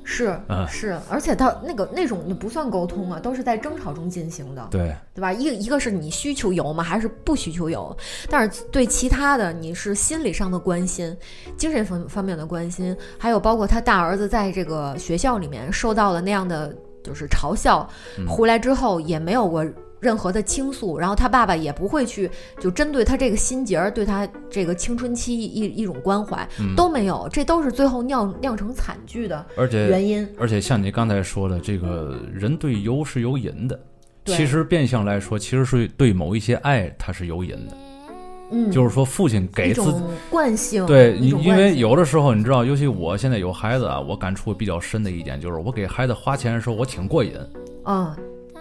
Speaker 3: 是
Speaker 2: 嗯
Speaker 3: 是，而且到那个那种不算沟通啊，都是在争吵中进行的，
Speaker 2: 对，
Speaker 3: 对吧？一个一个是你需求油吗，还是不需求油？但是对其他的，你是心理上的关心，精神方方面的关心，还有包括他大儿子在这个学校里面受到了那样的就是嘲笑，
Speaker 2: 嗯
Speaker 3: 回来之后也没有过任何的倾诉，然后他爸爸也不会去就针对他这个心结儿，对他这个青春期一一种关怀
Speaker 2: 嗯
Speaker 3: 都没有，这都是最后酿酿成惨剧的
Speaker 2: 而且
Speaker 3: 原因。
Speaker 2: 而且像你刚才说的，这个人对油是有瘾的。
Speaker 3: 对
Speaker 2: 其实变相来说，其实是对某一些爱它是有瘾的，
Speaker 3: 嗯，
Speaker 2: 就是说父亲
Speaker 3: 一
Speaker 2: 给自己
Speaker 3: 种惯性，
Speaker 2: 对
Speaker 3: 一
Speaker 2: 你，
Speaker 3: 种
Speaker 2: 因
Speaker 3: 惯
Speaker 2: 为
Speaker 3: 性
Speaker 2: 有的时候你知道，尤其我现在有孩子啊，我感触比较深的一点就是，我给孩子花钱的时候，我挺过瘾。
Speaker 3: 嗯，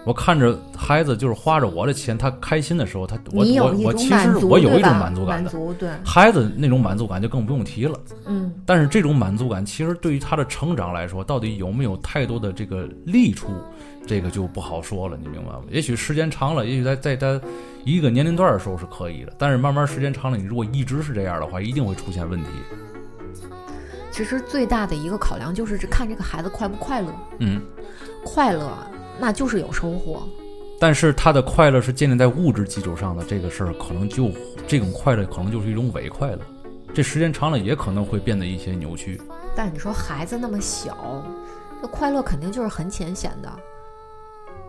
Speaker 2: 我看着孩子就是花着我的钱，他开心的时候，他我
Speaker 3: 你有
Speaker 2: 我
Speaker 3: 一
Speaker 2: 我
Speaker 3: 种
Speaker 2: 其
Speaker 3: 满
Speaker 2: 实
Speaker 3: 足，
Speaker 2: 我有一
Speaker 3: 对
Speaker 2: 种
Speaker 3: 吧
Speaker 2: 满足感
Speaker 3: 满
Speaker 2: 的。
Speaker 3: 足对，
Speaker 2: 孩子那种满足感就更不用提了，
Speaker 3: 嗯
Speaker 2: 但是这种满足感其实对于他的成长来说，到底有没有太多的这个利处，这个就不好说了，你明白吗？也许时间长了，也许在在他一个年龄段的时候是可以的，但是慢慢时间长了，你如果一直是这样的话，一定会出现问题。
Speaker 3: 其实最大的一个考量就是看这个孩子快不快乐，
Speaker 2: 嗯，
Speaker 3: 快乐那就是有收获，
Speaker 2: 但是他的快乐是建立在物质基础上的，这个事儿可能就这种快乐可能就是一种伪快乐，这时间长了也可能会变得一些扭曲。
Speaker 3: 但是你说孩子那么小，那快乐肯定就是很浅显的。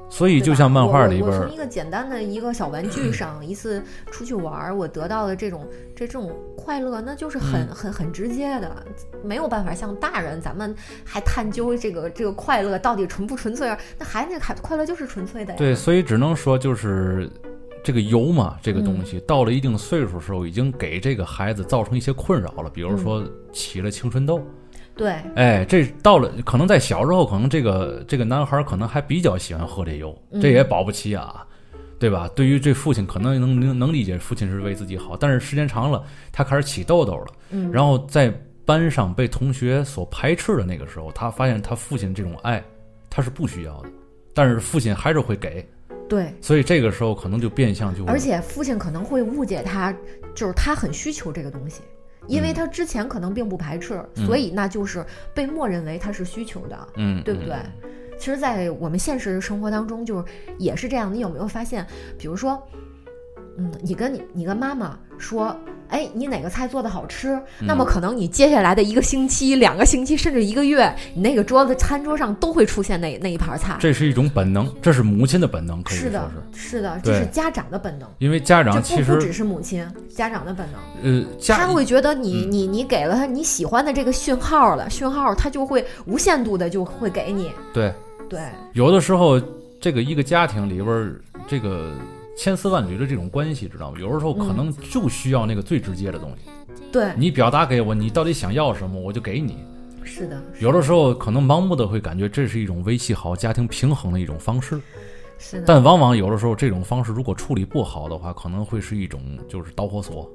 Speaker 2: 所以
Speaker 3: 对
Speaker 2: 就
Speaker 3: 吧
Speaker 2: 像漫画里
Speaker 3: 我
Speaker 2: 边
Speaker 3: 我我
Speaker 2: 儿
Speaker 3: 从一，个简单的一个小玩具上，一次出去玩儿，我得到的这种这这种快乐，那就是很、
Speaker 2: 嗯
Speaker 3: 很很直接的，没有办法像大人咱们还探究这个这个快乐到底纯不纯粹啊？那孩子快快乐就是纯粹的呀。
Speaker 2: 对，所以只能说就是这个油嘛，这个东西、到了一定岁数时候，已经给这个孩子造成一些困扰了，比如说起了青春痘。
Speaker 3: 对
Speaker 2: 哎，这到了可能在小时候，可能这个这个男孩可能还比较喜欢喝这油，这也保不齐啊，对吧？对于这父亲可能能能能理解，父亲是为自己好，但是时间长了，他开始起痘痘了，
Speaker 3: 嗯
Speaker 2: 然后在班上被同学所排斥的那个时候，他发现他父亲这种爱他是不需要的，但是父亲还是会给，
Speaker 3: 对，
Speaker 2: 所以这个时候可能就变相就
Speaker 3: 而且父亲可能会误解他，就是他很需求这个东西。因
Speaker 2: 嗯
Speaker 3: 为他之前可能并不排斥，所以那就是被默认为他是需求的。
Speaker 2: 嗯，
Speaker 3: 对不对？其实，在我们现实生活当中，就是也是这样。你有没有发现，比如说，嗯，你跟你你跟妈妈说，哎，你哪个菜做的好吃？那
Speaker 2: 嗯
Speaker 3: 么可能你接下来的一个星期、两个星期，甚至一个月，你那个桌子餐桌上都会出现那那一盘菜。
Speaker 2: 这是一种本能，这是母亲的本能，可以
Speaker 3: 是
Speaker 2: 说
Speaker 3: 的
Speaker 2: 是，，
Speaker 3: 是的，这
Speaker 2: 对
Speaker 3: 是家长的本能。
Speaker 2: 因为家长
Speaker 3: 这
Speaker 2: 其
Speaker 3: 不不只
Speaker 2: 实
Speaker 3: 是母亲，家长的本能，
Speaker 2: 呃家嗯
Speaker 3: 他会觉得你你你给了他你喜欢的这个讯号了，讯号他就会无限度的就会给你，
Speaker 2: 对。
Speaker 3: 对，
Speaker 2: 有的时候，这个一个家庭里边儿，这个千丝万缕的这种关系，知道吗？有的时候可能就需要那个最直接的东西，
Speaker 3: 对，
Speaker 2: 你表达给我，你到底想要什么，我就给你。
Speaker 3: 是的，
Speaker 2: 有的时候可能盲目的会感觉这是一种维系好家庭平衡的一种方
Speaker 3: 嗯
Speaker 2: 式，
Speaker 3: 是的。
Speaker 2: 但往往有的时候这种方式如果处理不好的话，可能会是一种就是导火索，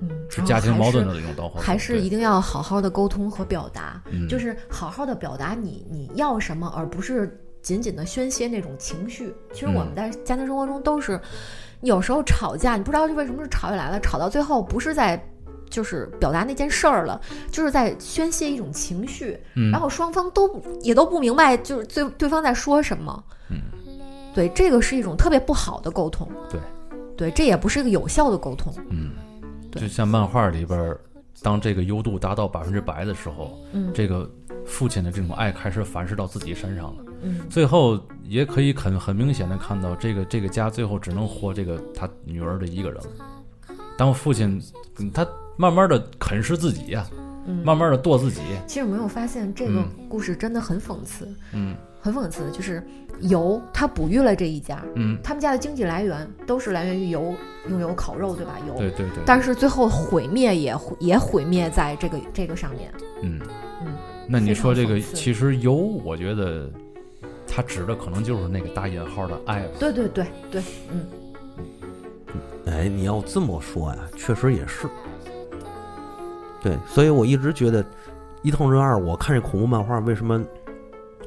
Speaker 3: 嗯，
Speaker 2: 是
Speaker 3: 然后
Speaker 2: 家庭
Speaker 3: 还
Speaker 2: 矛盾
Speaker 3: 是
Speaker 2: 的一种导火索。
Speaker 3: 还是
Speaker 2: 对
Speaker 3: 一定要好好的沟通和表达，
Speaker 2: 嗯
Speaker 3: 就是好好的表达你你要什么，而不是仅仅的宣泄那种情绪。其实我们
Speaker 2: 嗯
Speaker 3: 在家庭生活中都是，有时候吵架，你不知道为什么是吵起来了，吵到最后不是在。就是表达那件事儿了，就是在宣泄一种情绪，
Speaker 2: 嗯
Speaker 3: 然后双方都不也都不明白，就是对对方在说什么。
Speaker 2: 嗯，
Speaker 3: 对，这个是一种特别不好的沟通。
Speaker 2: 对，
Speaker 3: 对，这也不是一个有效的沟通。
Speaker 2: 嗯，
Speaker 3: 对
Speaker 2: 就像漫画里边儿，当这个优度达到百分之百的时候，
Speaker 3: 嗯
Speaker 2: 这个父亲的这种爱开始反噬到自己身上了。
Speaker 3: 嗯，
Speaker 2: 最后也可以很很明显的看到，这个这个家最后只能活这个他女儿的一个人了。当父亲，嗯他慢慢的啃食自己呀、
Speaker 3: 嗯
Speaker 2: 慢慢的剁自己，
Speaker 3: 其实有没有发现这个故事真的很讽刺，
Speaker 2: 嗯
Speaker 3: 很讽刺，就是油它哺育了这一家，
Speaker 2: 嗯，
Speaker 3: 他们家的经济来源都是来源于油，用油烤肉对吧？油，
Speaker 2: 对对对，
Speaker 3: 但是最后毁灭也也毁灭在这个这个上面。
Speaker 2: 嗯
Speaker 3: 嗯，
Speaker 2: 那你说这
Speaker 3: 非
Speaker 2: 个
Speaker 3: 常讽刺
Speaker 2: 其实油，我觉得他指的可能就是那个打引号的爱吧，
Speaker 3: 对对对对，嗯，
Speaker 1: 哎，你要这么说呀，确实也是。对，所以我一直觉得《伊藤润二》，我看这恐怖漫画为什么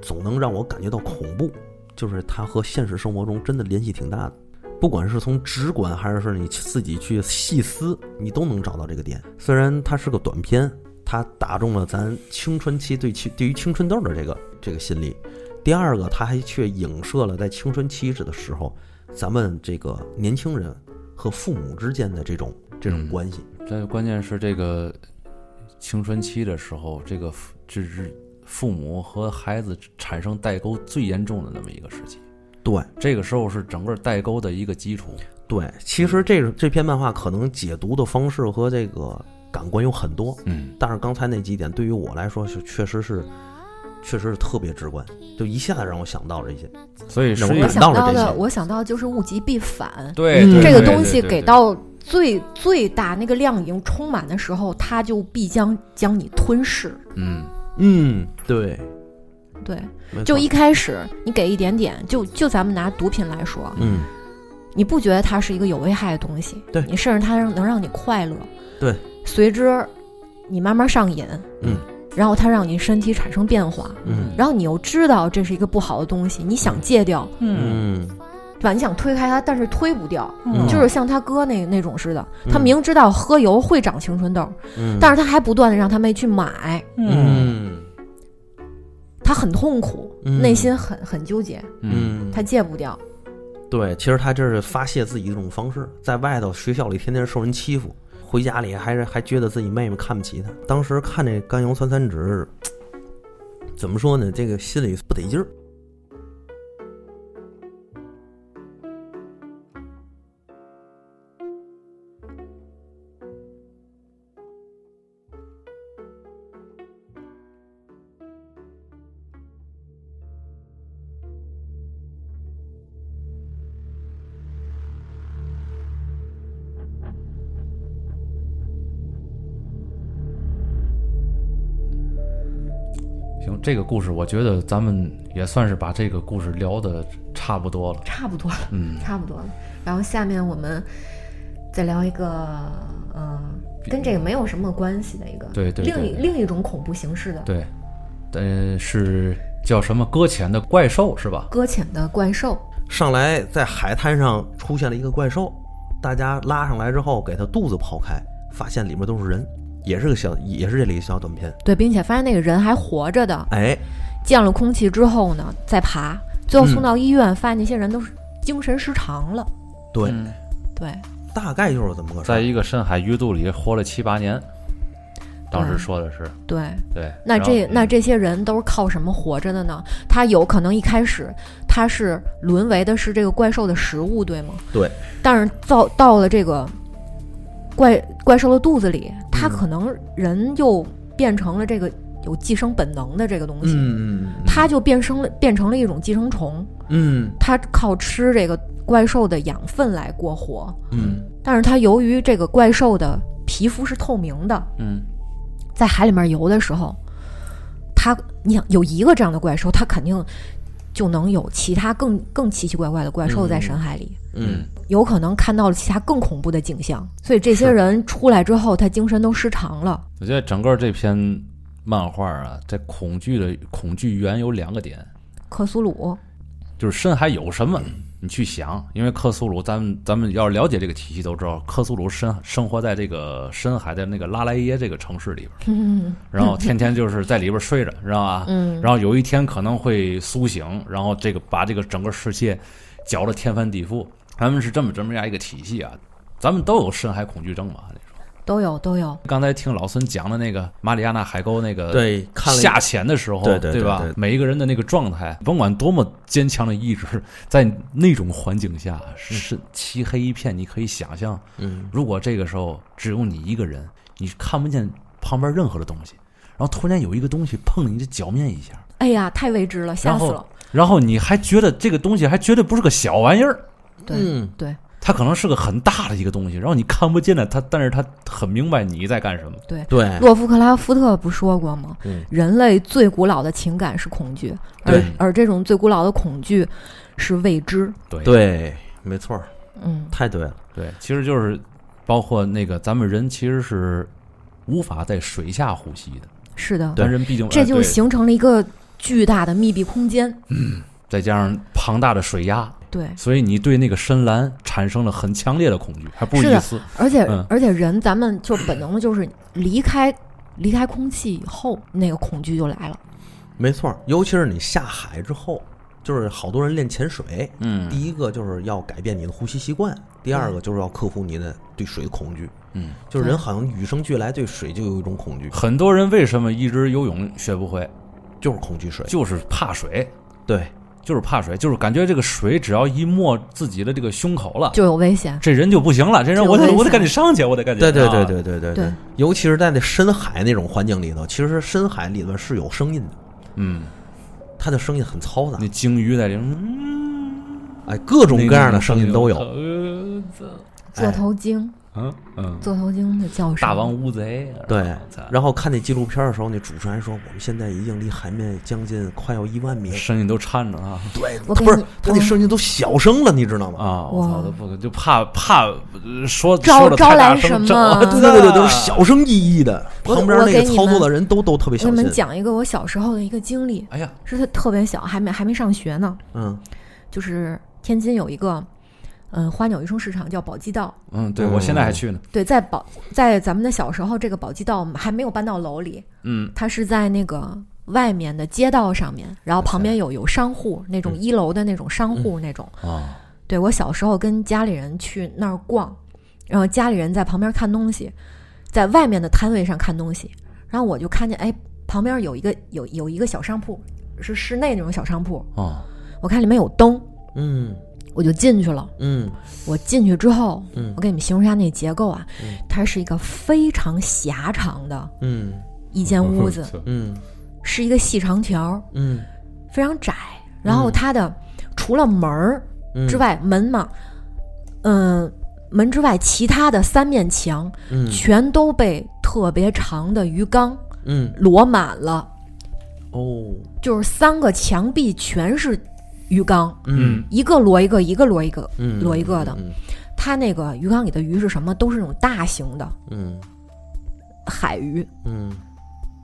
Speaker 1: 总能让我感觉到恐怖，就是它和现实生活中真的联系挺大的。不管是从直观，还是说你自己去细思，你都能找到这个点。虽然它是个短片，它打中了咱青春期对青对于青春痘的这个这个心理。第二个，它还却影射了在青春期的时候，咱们这个年轻人和父母之间的这种这种
Speaker 2: 嗯
Speaker 1: 关系。
Speaker 2: 这关键是这个青春期的时候，这个父这是父母和孩子产生代沟最严重的那么一个时期。
Speaker 1: 对
Speaker 2: 这个时候是整个代沟的一个基础。
Speaker 1: 对，其实这这篇漫画可能解读的方式和这个感官有很多，
Speaker 2: 嗯，
Speaker 1: 但是刚才那几点对于我来说是确实是，确实是特别直观，就一下子让我想到了一些。
Speaker 2: 所以实
Speaker 1: 我
Speaker 2: 际
Speaker 3: 我
Speaker 1: 感
Speaker 3: 想
Speaker 1: 到了
Speaker 3: 到
Speaker 1: 这
Speaker 3: 的，
Speaker 1: 些
Speaker 3: 我想到就是物极必反，
Speaker 2: 对
Speaker 1: 嗯
Speaker 2: 对
Speaker 3: 这个
Speaker 2: 对
Speaker 3: 东西
Speaker 2: 对
Speaker 3: 给
Speaker 2: 对
Speaker 3: 到最最大那个量已经充满的时候，它就必将将你吞噬。
Speaker 2: 嗯，
Speaker 1: 嗯，对，
Speaker 3: 对，
Speaker 1: 没
Speaker 3: 就
Speaker 1: 错
Speaker 3: 一开始你给一点点，就就咱们拿毒品来说，
Speaker 1: 嗯，
Speaker 3: 你不觉得它是一个有危害的东西，
Speaker 1: 对
Speaker 3: 你甚至它能让你快乐，
Speaker 1: 对，
Speaker 3: 随之你慢慢上瘾，
Speaker 1: 嗯，
Speaker 3: 然后它让你身体产生变化，
Speaker 1: 嗯
Speaker 3: 然后你又知道这是一个不好的东西，你想戒掉，
Speaker 1: 嗯
Speaker 3: 对吧？你想推开它，但是推不掉，
Speaker 1: 嗯
Speaker 3: 就是像他哥那那种似的，他
Speaker 1: 嗯
Speaker 3: 明知道喝油会长青春痘，
Speaker 1: 嗯，
Speaker 3: 但
Speaker 1: 是
Speaker 3: 是他还不断的让他妹去买，
Speaker 1: 嗯
Speaker 3: 他很痛苦，
Speaker 1: 嗯
Speaker 3: 内心很很纠结，
Speaker 2: 嗯，
Speaker 1: 嗯，
Speaker 3: 他戒不掉。
Speaker 1: 对，其实他这是发泄自己的一种方式，在外头学校里天天受人欺负，回家里还是还觉得自己妹妹看不起他。当时看这甘油酸三酯，怎么说呢？这个心里不得劲儿。
Speaker 2: 行，这个故事我觉得咱们也算是把这个故事聊的差不多了。
Speaker 3: 差不多了，
Speaker 2: 嗯，
Speaker 3: 差不多了。然后下面我们再聊一个，呃，跟这个没有什么关系的一个，
Speaker 2: 对对对
Speaker 3: 另一另一种恐怖形式的
Speaker 2: 对，呃，是叫什么搁浅的怪兽是吧？
Speaker 3: 搁浅的怪兽。
Speaker 1: 上来在海滩上出现了一个怪兽，大家拉上来之后给他肚子剖开，发现里面都是人，也是个小，也是这里一个小短片。
Speaker 3: 对，并且发现那个人还活着的，
Speaker 1: 哎，
Speaker 3: 见了空气之后呢，再爬，最
Speaker 2: 嗯
Speaker 3: 后送到医院，发现那些人都是精神失常了。
Speaker 1: 对，
Speaker 2: 嗯
Speaker 3: 对，
Speaker 1: 大概就是这么个事
Speaker 2: 在
Speaker 1: 儿。
Speaker 2: 一个深海鱼肚里活了七八年，当时说的是
Speaker 3: 对，
Speaker 2: 对。
Speaker 3: 那这
Speaker 2: 然后
Speaker 3: 那这些人都是靠什么活着的呢？他有可能一开始他是沦为的是这个怪兽的食物，对吗？
Speaker 1: 对。
Speaker 3: 但是到到了这个怪怪兽的肚子里，他可能人又变成了这个有寄生本能的这个东西，
Speaker 1: 嗯嗯
Speaker 3: 他就变成了变成了一种寄生虫，
Speaker 1: 嗯
Speaker 3: 他靠吃这个怪兽的养分来过活。
Speaker 1: 嗯
Speaker 3: 但是他由于这个怪兽的皮肤是透明的，
Speaker 2: 嗯
Speaker 3: 在海里面游的时候，它你想有一个这样的怪兽，它肯定就能有其他更更奇奇怪怪的怪兽在深海里，
Speaker 1: 嗯
Speaker 3: 有可能看到了其他更恐怖的景象。所以这些
Speaker 1: 是
Speaker 3: 人出来之后，他精神都失常了。
Speaker 2: 我觉得整个这篇漫画啊，在恐惧的恐惧源有两个点，
Speaker 3: 克苏鲁，
Speaker 2: 就是深海有什么，你去想，因为克苏鲁，咱们咱们要了解这个体系都知道，克苏鲁生生活在这个深海的那个拉莱耶这个城市里边，
Speaker 3: 嗯
Speaker 2: 然后天天就是在里边睡着，知道吧？
Speaker 3: 嗯，
Speaker 2: 然后有一天可能会苏醒，然后这个把这个整个世界搅得天翻地覆。咱们是这么这么样一个体系啊，咱们都有深海恐惧症嘛。那种
Speaker 3: 都有都有，
Speaker 2: 刚才听老孙讲的那个马里亚纳海沟那
Speaker 1: 嗯
Speaker 2: 个
Speaker 1: 对，看了一
Speaker 2: 下潜的时候，
Speaker 1: 对对对
Speaker 2: 吧
Speaker 1: 对对
Speaker 2: 每一个人的那个状态，甭管多么坚强的意志，在那种环境下是漆黑一片，你可以想象，
Speaker 1: 嗯
Speaker 2: 如果这个时候只有你一个人，你看不见旁边任何的东西，然后突然有一个东西碰了你的脚面一下，
Speaker 3: 哎呀，太未知了，吓
Speaker 2: 然
Speaker 3: 死
Speaker 2: 后
Speaker 3: 了。
Speaker 2: 然后你还觉得这个东西还绝对不是个小玩意儿，
Speaker 3: 对、
Speaker 1: 嗯
Speaker 3: 对
Speaker 2: 它可能是个很大的一个东西，然后你看不见的它，但是它很明白你在干什么。
Speaker 3: 对。
Speaker 1: 对，
Speaker 3: 洛夫克拉夫特不说过吗？
Speaker 1: 嗯
Speaker 3: 人类最古老的情感是恐惧，而
Speaker 1: 对
Speaker 3: 而这种最古老的恐惧是未知。
Speaker 2: 对
Speaker 1: 对，没错儿，
Speaker 3: 嗯，
Speaker 1: 太对了。
Speaker 2: 对，其实就是包括那个咱们人其实是无法在水下呼吸的，
Speaker 3: 是的。
Speaker 2: 咱人毕竟
Speaker 1: 哎
Speaker 3: 这
Speaker 2: 呃
Speaker 3: 就
Speaker 2: 对
Speaker 3: 形成了一个巨大的密闭空间。
Speaker 2: 再加上庞大的水压，
Speaker 3: 对，
Speaker 2: 所以你对那个深蓝产生了很强烈的恐惧，还不
Speaker 3: 是
Speaker 2: 如
Speaker 3: 的
Speaker 2: 一丝。
Speaker 3: 而且、
Speaker 2: 嗯
Speaker 3: 而且人咱们就本能的就是离开离开空气以后，那个恐惧就来了。
Speaker 1: 没错儿，尤其是你下海之后，就是好多人练潜水，
Speaker 2: 嗯
Speaker 1: 第一个就是要改变你的呼吸习惯，第二个就是要克服你的对水的恐惧。
Speaker 2: 嗯，
Speaker 1: 就是人好像与生俱来对水就有一种恐惧。
Speaker 2: 很多人为什么一直游泳学不会？
Speaker 1: 就是恐惧水，
Speaker 2: 就是怕水，
Speaker 1: 对，
Speaker 2: 就是怕水，就是感觉这个水只要一没自己的这个胸口了，
Speaker 3: 就有危险。
Speaker 2: 这人就不行了，这人我
Speaker 3: 就
Speaker 2: 得我
Speaker 3: 危
Speaker 2: 得
Speaker 3: 险
Speaker 2: 赶紧上去，我得赶紧。
Speaker 1: 对对对
Speaker 2: 啊，
Speaker 1: 对对对
Speaker 3: 对，
Speaker 1: 尤其是在那深海那种环境里头，其实深海里边是有声音的，
Speaker 2: 嗯，
Speaker 1: 它的声音很嘈杂
Speaker 2: 那，鲸鱼在这，嗯，
Speaker 1: 哎，各种各样的声音都有。
Speaker 2: 呃这
Speaker 3: 座头鲸，
Speaker 2: 嗯嗯，
Speaker 3: 座头鲸的叫声，
Speaker 2: 大王乌贼，
Speaker 1: 对
Speaker 2: 然后咱，
Speaker 1: 然后看那纪录片的时候，那主持人说：“我们现在已经离海面将近快要一万米。
Speaker 2: 声音都颤着啊”
Speaker 1: 对，
Speaker 3: 我
Speaker 1: 他
Speaker 3: 跟
Speaker 1: 不是
Speaker 3: 你
Speaker 1: 他那声音都小声了，你知道吗？
Speaker 2: 啊！我操，
Speaker 3: 哇
Speaker 2: 都不就怕怕呃说
Speaker 3: 招
Speaker 2: 说的太大
Speaker 3: 招来
Speaker 2: 声，
Speaker 3: 什
Speaker 2: 招
Speaker 3: 么
Speaker 1: 对对对对，都是小声翼翼的，
Speaker 3: 啊我
Speaker 1: 旁边
Speaker 3: 我
Speaker 1: 那个
Speaker 3: 给你
Speaker 1: 操作
Speaker 3: 们
Speaker 1: 的人都都特别
Speaker 3: 我
Speaker 1: 小
Speaker 3: 给你们
Speaker 1: 心。
Speaker 3: 讲一个我小时候的一个经历，
Speaker 2: 哎呀，
Speaker 3: 是他特别小，还没还没上学呢，
Speaker 1: 嗯，
Speaker 3: 就是天津有一个，嗯，花鸟鱼虫市场叫宝鸡道，
Speaker 2: 嗯，对我现在还去呢，
Speaker 3: 对，在宝在咱们的小时候，这个宝鸡道还没有搬到楼里，
Speaker 2: 嗯，
Speaker 3: 它是在那个外面的街道上面，然后旁边有有商户那
Speaker 1: 嗯
Speaker 3: 种一楼的那种商户那种。
Speaker 2: 啊，
Speaker 3: 对我小时候跟家里人去那儿逛，然后家里人在旁边看东西，在外面的摊位上看东西，然后我就看见哎，旁边有一个有有一个小商铺，是室内那种小商铺，
Speaker 2: 哦，
Speaker 3: 我看里面有灯，
Speaker 1: 嗯
Speaker 3: 我就进去了。
Speaker 1: 嗯
Speaker 3: 我进去之后，
Speaker 1: 嗯
Speaker 3: 我给你们形容一下那结构啊
Speaker 1: 嗯，
Speaker 3: 它是一个非常狭长的
Speaker 1: 嗯
Speaker 3: 一间 屋子，
Speaker 1: 嗯
Speaker 3: 是一个细长条，
Speaker 1: 嗯
Speaker 3: 非常窄。然后它的除了门儿
Speaker 1: 嗯
Speaker 3: 之外，门嘛，嗯、门之外，其他的三面墙
Speaker 1: 嗯
Speaker 3: 全都被特别长的鱼缸
Speaker 1: 嗯
Speaker 3: 摞满了，
Speaker 1: 哦
Speaker 3: 就是三个墙壁全是鱼缸，
Speaker 1: 嗯
Speaker 3: 一个摞一个，一个摞一个，
Speaker 1: 嗯
Speaker 3: 摞一个的。
Speaker 1: 嗯
Speaker 3: 它那个鱼缸里的鱼是什么？都是那种大型的
Speaker 1: 嗯
Speaker 3: 海鱼，
Speaker 1: 嗯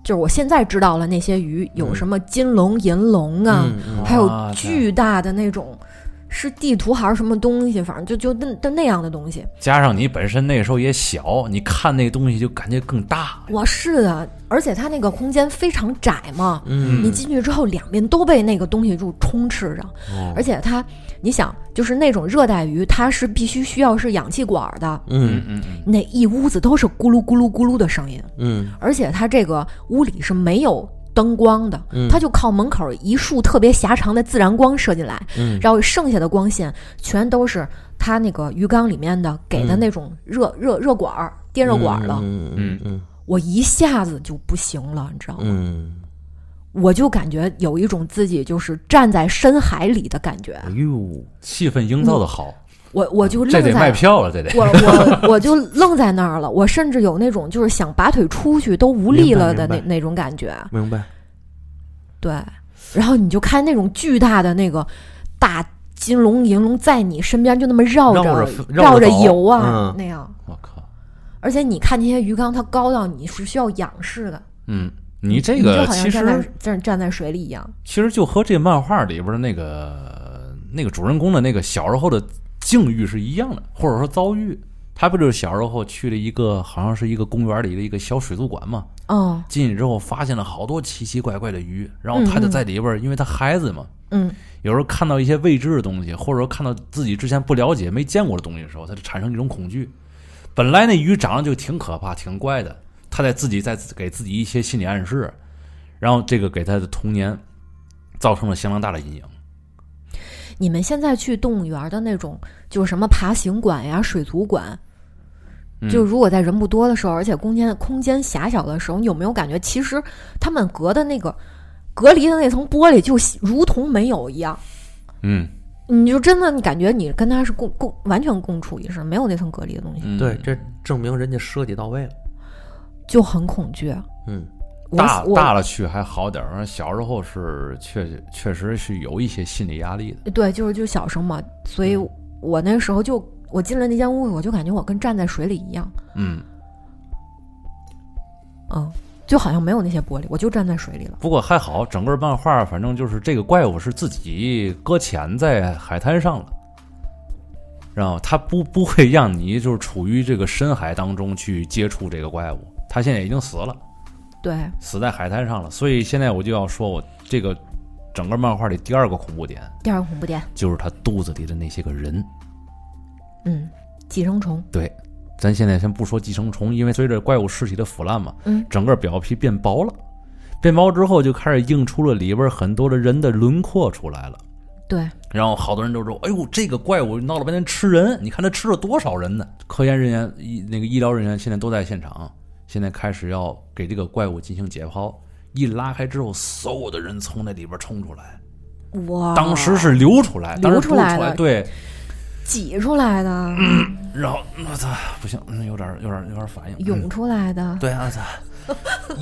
Speaker 3: 就是我现在知道了那些鱼有
Speaker 1: 嗯
Speaker 3: 什么金龙、银龙啊，
Speaker 1: 嗯嗯
Speaker 3: 还有
Speaker 2: 啊
Speaker 3: 巨大的那种，是地图还是什么东西，反正就就那那那样的东西。
Speaker 2: 加上你本身那时候也小，你看那东西就感觉更大，
Speaker 3: 我是的，而且它那个空间非常窄嘛，
Speaker 1: 嗯
Speaker 3: 你进去之后两边都被那个东西就充斥着，
Speaker 1: 哦
Speaker 3: 而且它，你想，就是那种热带鱼，它是必须需要是氧气管的，
Speaker 1: 嗯
Speaker 2: 嗯嗯，
Speaker 3: 那一屋子都是咕噜咕噜咕噜的声音，
Speaker 1: 嗯
Speaker 3: 而且它这个屋里是没有。灯光的，
Speaker 1: 嗯
Speaker 3: 它就靠门口一束特别狭长的自然光射进来，
Speaker 1: 嗯
Speaker 3: 然后剩下的光线全都是它那个鱼缸里面的给的那种热、热热管儿、电热管儿了。
Speaker 1: 嗯嗯嗯
Speaker 3: 我一下子就不行了，你知道吗？
Speaker 1: 嗯，
Speaker 3: 我就感觉有一种自己就是站在深海里的感觉
Speaker 1: 哎。呦，
Speaker 2: 气氛营造的好，
Speaker 3: 我我就
Speaker 2: 这
Speaker 3: 嗯
Speaker 2: 得
Speaker 3: 愣
Speaker 2: 卖
Speaker 3: 在，
Speaker 2: 票了，这得
Speaker 3: 我我我就愣在那儿了。我甚至有那种就是想拔腿出去都无力了的
Speaker 1: 明白
Speaker 3: 那
Speaker 1: 明白
Speaker 3: 那种感觉。
Speaker 1: 明白，
Speaker 3: 对，然后你就看那种巨大的那个大金龙银龙在你身边就那么绕着
Speaker 1: 绕着绕
Speaker 3: 绕
Speaker 1: 着走
Speaker 3: 游啊、
Speaker 1: 嗯
Speaker 3: 那样。
Speaker 2: 我靠，
Speaker 3: 而且你看那些鱼缸，它高到你是需要仰视的，
Speaker 2: 嗯，你这
Speaker 3: 你
Speaker 2: 个
Speaker 3: 就好像
Speaker 2: 其
Speaker 3: 站在
Speaker 2: 实
Speaker 3: 站站在水里一样。
Speaker 2: 其实就和这漫画里边的那个那个主人公的那个小时候的境遇是一样的，或者说遭遇。他不就是小时候去了一个好像是一个公园里的一个小水族馆嘛？
Speaker 3: 哦，
Speaker 2: 进去之后发现了好多奇奇怪怪的鱼，然后他就在里边儿，因为他孩子嘛，
Speaker 3: 嗯，
Speaker 2: 有时候看到一些未知的东西，或者说看到自己之前不了解、没见过的东西的时候，他就产生一种恐惧。本来那鱼长得就挺可怕、挺怪的，他在自己在给自己一些心理暗示，然后这个给他的童年造成了相当大的阴影。
Speaker 3: 你们现在去动物园的那种，就是什么爬行馆呀、水族馆，
Speaker 2: 嗯
Speaker 3: 就如果在人不多的时候，而且空间空间狭小的时候，你有没有感觉，其实他们隔的那个隔离的那层玻璃，就如同没有一样。
Speaker 2: 嗯，
Speaker 3: 你就真的你感觉你跟他是共共完全共处一室，没有那层隔离的东西，
Speaker 2: 嗯
Speaker 1: 对，这证明人家设计到位了。
Speaker 3: 就很恐惧。
Speaker 1: 嗯
Speaker 3: 我
Speaker 2: 大
Speaker 3: 我
Speaker 2: 大了去还好点儿，小时候是确确实是有一些心理压力的。
Speaker 3: 对，就是就小时候嘛，所以我那时候就我进了那间屋子，我就感觉我跟站在水里一样，
Speaker 2: 嗯，
Speaker 3: 嗯，就好像没有那些玻璃，我就站在水里了。
Speaker 2: 不过还好，整个漫画反正就是这个怪物是自己搁浅在海滩上了，然后它不不会让你就是处于这个深海当中去接触这个怪物，它现在已经死了，
Speaker 3: 对，
Speaker 2: 死在海滩上了。所以现在我就要说，我这个整个漫画里第二个恐怖点
Speaker 3: 第二个恐怖点，
Speaker 2: 就是它肚子里的那些个人。
Speaker 3: 嗯，寄生虫，
Speaker 2: 对，咱现在先不说寄生虫，因为随着怪物尸体的腐烂嘛，
Speaker 3: 嗯
Speaker 2: 整个表皮变薄了，变薄之后就开始映出了里边很多的人的轮廓出来了。
Speaker 3: 对，
Speaker 2: 然后好多人都说：“哎呦，这个怪物闹了半天吃人，你看他吃了多少人呢？”科研人员、医那个医疗人员现在都在现场，现在开始要给这个怪物进行解剖。一拉开之后，所有的人从那里边冲出来，
Speaker 3: 哇，
Speaker 2: 当时是流出来，当时
Speaker 3: 啊流出
Speaker 2: 不
Speaker 3: 来
Speaker 2: 出来，
Speaker 3: 的
Speaker 2: 对，
Speaker 3: 挤出来 的，
Speaker 2: 然后我操，不行，嗯有点有点有点反应，
Speaker 3: 涌出来的，
Speaker 2: 对啊，操，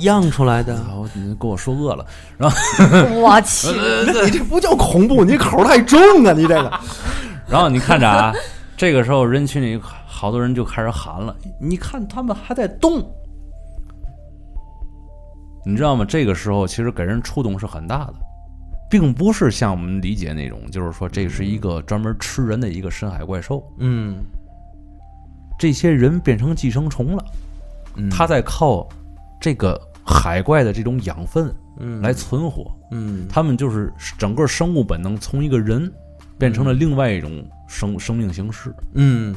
Speaker 1: 漾出来的
Speaker 2: 然，后你给我说饿了，
Speaker 3: 我去，
Speaker 2: 呃
Speaker 1: 你这不叫恐怖，你口儿太重啊！你这个，
Speaker 2: 然后你看着啊，这个时候人群里好多人就开始喊了，你看他们还在动，你知道吗？这个时候其实给人触动是很大的，并不是像我们理解那种，就是说这是一个专门吃人的一个深海怪兽，
Speaker 1: 嗯，
Speaker 2: 这些人变成寄生虫了，
Speaker 1: 嗯
Speaker 2: 他在靠这个海怪的这种养分
Speaker 1: 嗯
Speaker 2: 来存活，
Speaker 1: 嗯
Speaker 2: 他们就是整个生物本能从一个人变成了另外一种生生命形式。
Speaker 1: 嗯，